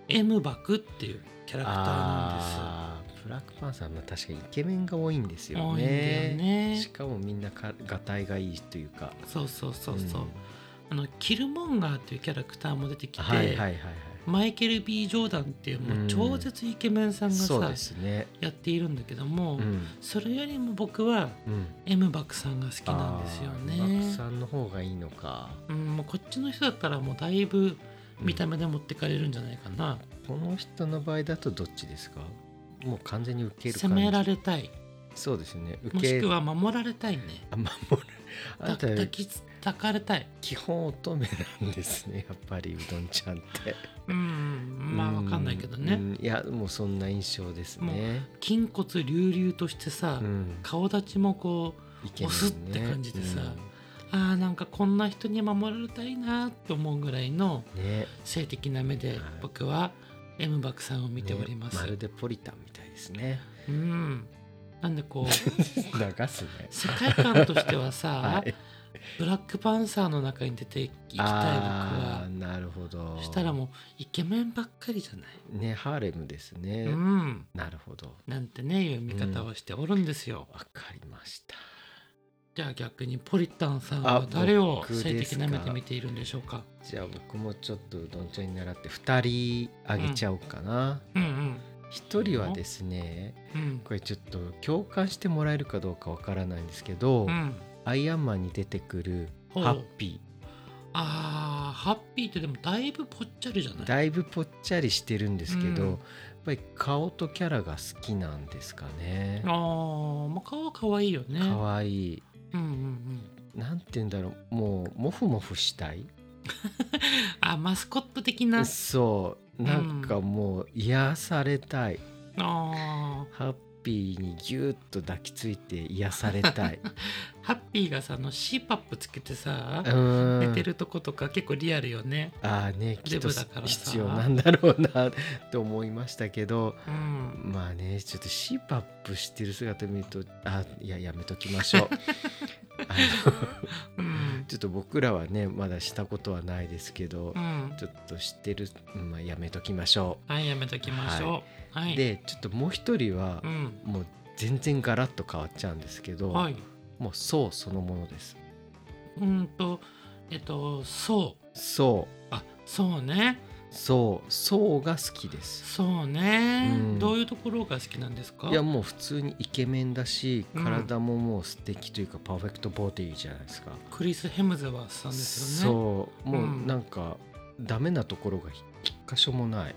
Speaker 1: エムバクっていうキャラクターなん
Speaker 2: あーブラックパンサーは確かにイケメンが多いんです
Speaker 1: です
Speaker 2: よ
Speaker 1: 多いんだよ
Speaker 2: ね
Speaker 1: ね
Speaker 2: しかもみんなかがたいがいいというか
Speaker 1: そうそうそうそう、
Speaker 2: ん
Speaker 1: あのキルモンガーっていうキャラクターも出てきて、
Speaker 2: はいはいはいは
Speaker 1: マイケル・ B ・ジョーダンっていうもう超絶イケメンさん
Speaker 2: い
Speaker 1: がさ、
Speaker 2: そうですね
Speaker 1: やっているんだけども、
Speaker 2: うん
Speaker 1: それよりも僕は
Speaker 2: うん
Speaker 1: エムバクさんが好きなんですよ
Speaker 2: あーマック
Speaker 1: ね
Speaker 2: さ。んの方がいいのか
Speaker 1: うん、もうこっちの人だったらもうだいぶ
Speaker 2: うん
Speaker 1: 見た目で持ってかれるんじゃないかな、
Speaker 2: この人の場合だとどっちですかもう完全に受ける感
Speaker 1: 責
Speaker 2: じ
Speaker 1: められたい
Speaker 2: そうですね受
Speaker 1: もし
Speaker 2: け
Speaker 1: くは守られたいね
Speaker 2: あ守るあ
Speaker 1: た
Speaker 2: なた
Speaker 1: 抱きつ抱かれたい
Speaker 2: 基本乙女なんですねやっぱりうどんちゃんって
Speaker 1: うんまあわかんないけど
Speaker 2: う
Speaker 1: ね
Speaker 2: んいやもうそんな印象ですね
Speaker 1: 筋骨隆々としてさ、
Speaker 2: うん
Speaker 1: 顔立ちもこう
Speaker 2: イケメンね
Speaker 1: オスって感じでさあーなんかこんな人に守られたいなって思うぐらいの
Speaker 2: うんね
Speaker 1: 性的な目で僕はエムバクさんを見ております、
Speaker 2: ねまるでポリタンみたいで すね
Speaker 1: うんなんでこう
Speaker 2: 流すね
Speaker 1: 世界観としてはさ、
Speaker 2: はい
Speaker 1: ブラックパンサーの中に出ていきたい僕
Speaker 2: あ
Speaker 1: は
Speaker 2: ーなるほど
Speaker 1: したらもうイケメンばっかりじゃない、
Speaker 2: ねハーレムですね
Speaker 1: うん
Speaker 2: なるほど
Speaker 1: なんてねいう見方をしておるんですよ、
Speaker 2: わかりました
Speaker 1: じゃあ逆にポリタンさん
Speaker 2: あ
Speaker 1: は誰を
Speaker 2: 僕ですか
Speaker 1: 性的な目で見ているんでしょうか
Speaker 2: じゃあ僕もちょっとうどんちゃんに習って2人あげちゃおうかな、
Speaker 1: うんうん
Speaker 2: 1人はですね
Speaker 1: うん
Speaker 2: これちょっと共感してもらえるかどうかわからないんですけど、
Speaker 1: うん
Speaker 2: アイアンマンに出てくる
Speaker 1: ほう
Speaker 2: ハッピ
Speaker 1: あーハッピーってでもだいぶぽっちゃりじゃ
Speaker 2: ー
Speaker 1: ない
Speaker 2: だいぶぽっちゃりしてるんですけど、
Speaker 1: うん
Speaker 2: やっぱり顔とキャラが好きなんですかね
Speaker 1: あー、まあ顔は可愛いよね
Speaker 2: かわいい
Speaker 1: うんうんうん
Speaker 2: なんて言うんだろうもうモフモフしたい
Speaker 1: あマスコット的な
Speaker 2: そうなんかもう癒されたい、
Speaker 1: あー
Speaker 2: ハッピーにギュッと抱きついて癒さ れたい
Speaker 1: ハッピーがさあの CPAP つけてさ
Speaker 2: うん
Speaker 1: 寝てるとことか結構リアルよね
Speaker 2: ああねきっと
Speaker 1: デブだからさ
Speaker 2: 必要なんだろうなと思いましたけど
Speaker 1: うん
Speaker 2: まあねちょっと CPAP してる姿見るとあいややめときま しょうあの
Speaker 1: うん
Speaker 2: ちょっと僕らはねまだしたことはないですけど、
Speaker 1: うん
Speaker 2: ちょっと知ってる、うんまあ、やめときましょ
Speaker 1: はいやめときましょうは
Speaker 2: う、
Speaker 1: い
Speaker 2: でちょっともう一人は
Speaker 1: う、ん
Speaker 2: もう全然ガラッと変わっちゃうんですけど、
Speaker 1: はい
Speaker 2: もうそうそのものです
Speaker 1: うんとえっとそう
Speaker 2: そう
Speaker 1: あそうね
Speaker 2: そうそうが好きです
Speaker 1: そうね、
Speaker 2: うん
Speaker 1: どういうところが好きなんですか
Speaker 2: いやもう普通にイケメンだし
Speaker 1: うん
Speaker 2: 体ももう素敵というかパーフェクトボディじゃないですか、
Speaker 1: クリス・ヘムズワースさんですよね
Speaker 2: そう
Speaker 1: う
Speaker 2: もうんなんかダメなところがひ一箇所もない、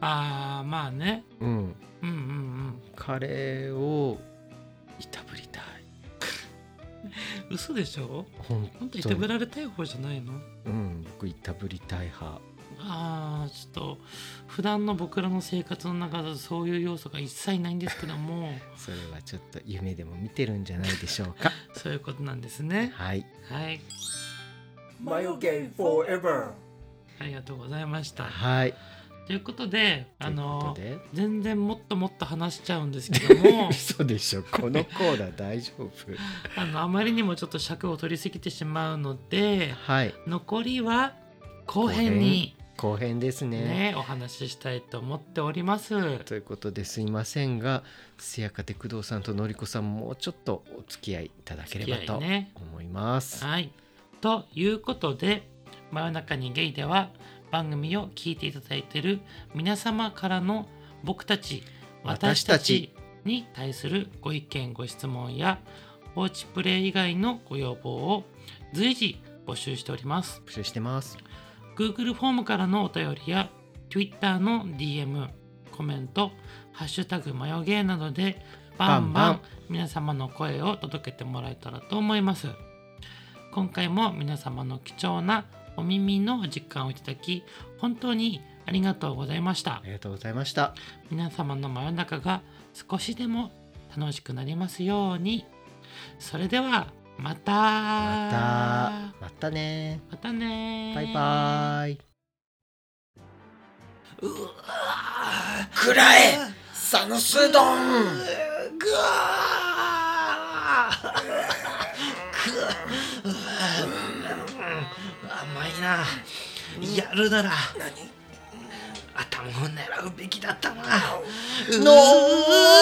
Speaker 1: ああまあね
Speaker 2: うん、
Speaker 1: うんうんうん
Speaker 2: 彼をいたぶりたい
Speaker 1: 嘘でしょ
Speaker 2: 本
Speaker 1: 本当い
Speaker 2: 当
Speaker 1: たぶ
Speaker 2: に
Speaker 1: られたい方じゃないの
Speaker 2: うん僕いたぶりたい派
Speaker 1: あーちょっと普段の僕らの生活の中でそういう要素が一切ないんですけど も
Speaker 2: それはちょっと夢でも見てるんじゃないでしょうか
Speaker 1: そういうことなんですね
Speaker 2: はい
Speaker 1: はい
Speaker 4: Mayo Game Forever.
Speaker 1: ありがとうございました。
Speaker 2: はい。
Speaker 1: ということで、あの
Speaker 2: というこ
Speaker 1: 全然もっともっと話しちゃうんですけども
Speaker 2: とで、嘘でしょ。このコーナー 大丈夫。
Speaker 1: あのあまりにもちょっと尺を取りすぎてしまうので、
Speaker 2: はい。
Speaker 1: 残りは後編に
Speaker 2: 後編ですね。
Speaker 1: ねお話ししたいと思っております。
Speaker 2: ということですいませんが、せやかて工藤さんとのりこさんもうちょっとお付き合いいただければと
Speaker 1: 付き合いね
Speaker 2: 思います。
Speaker 1: はい。ということで、真夜中にゲイでは番組を聞いていただいている皆様からの僕たち、私
Speaker 2: 私
Speaker 1: た
Speaker 2: た
Speaker 1: ち
Speaker 2: ち
Speaker 1: に対するご意見、ご質問や放置プレイ以外のご要望を随時募集しております。
Speaker 2: 募集してます。
Speaker 1: Google フォームからのお便りや Twitter の DM、コメント、ハッシュタグマヨゲーなどでバンバ
Speaker 2: バンバ
Speaker 1: ン
Speaker 2: ン
Speaker 1: 皆様の声を届けてもらえたらと思います。今回も皆様の貴重なお耳のお時間をいただき本当にありがとうございました
Speaker 2: あ。りがとうございました。
Speaker 1: 皆様の真夜中が少しでも楽しくなりますように。それではまた
Speaker 2: また、またね。
Speaker 1: またね
Speaker 2: バイバーイ。
Speaker 4: くらえサヌスドンぐわー甘いなやるなら頭を狙うべきだったなノー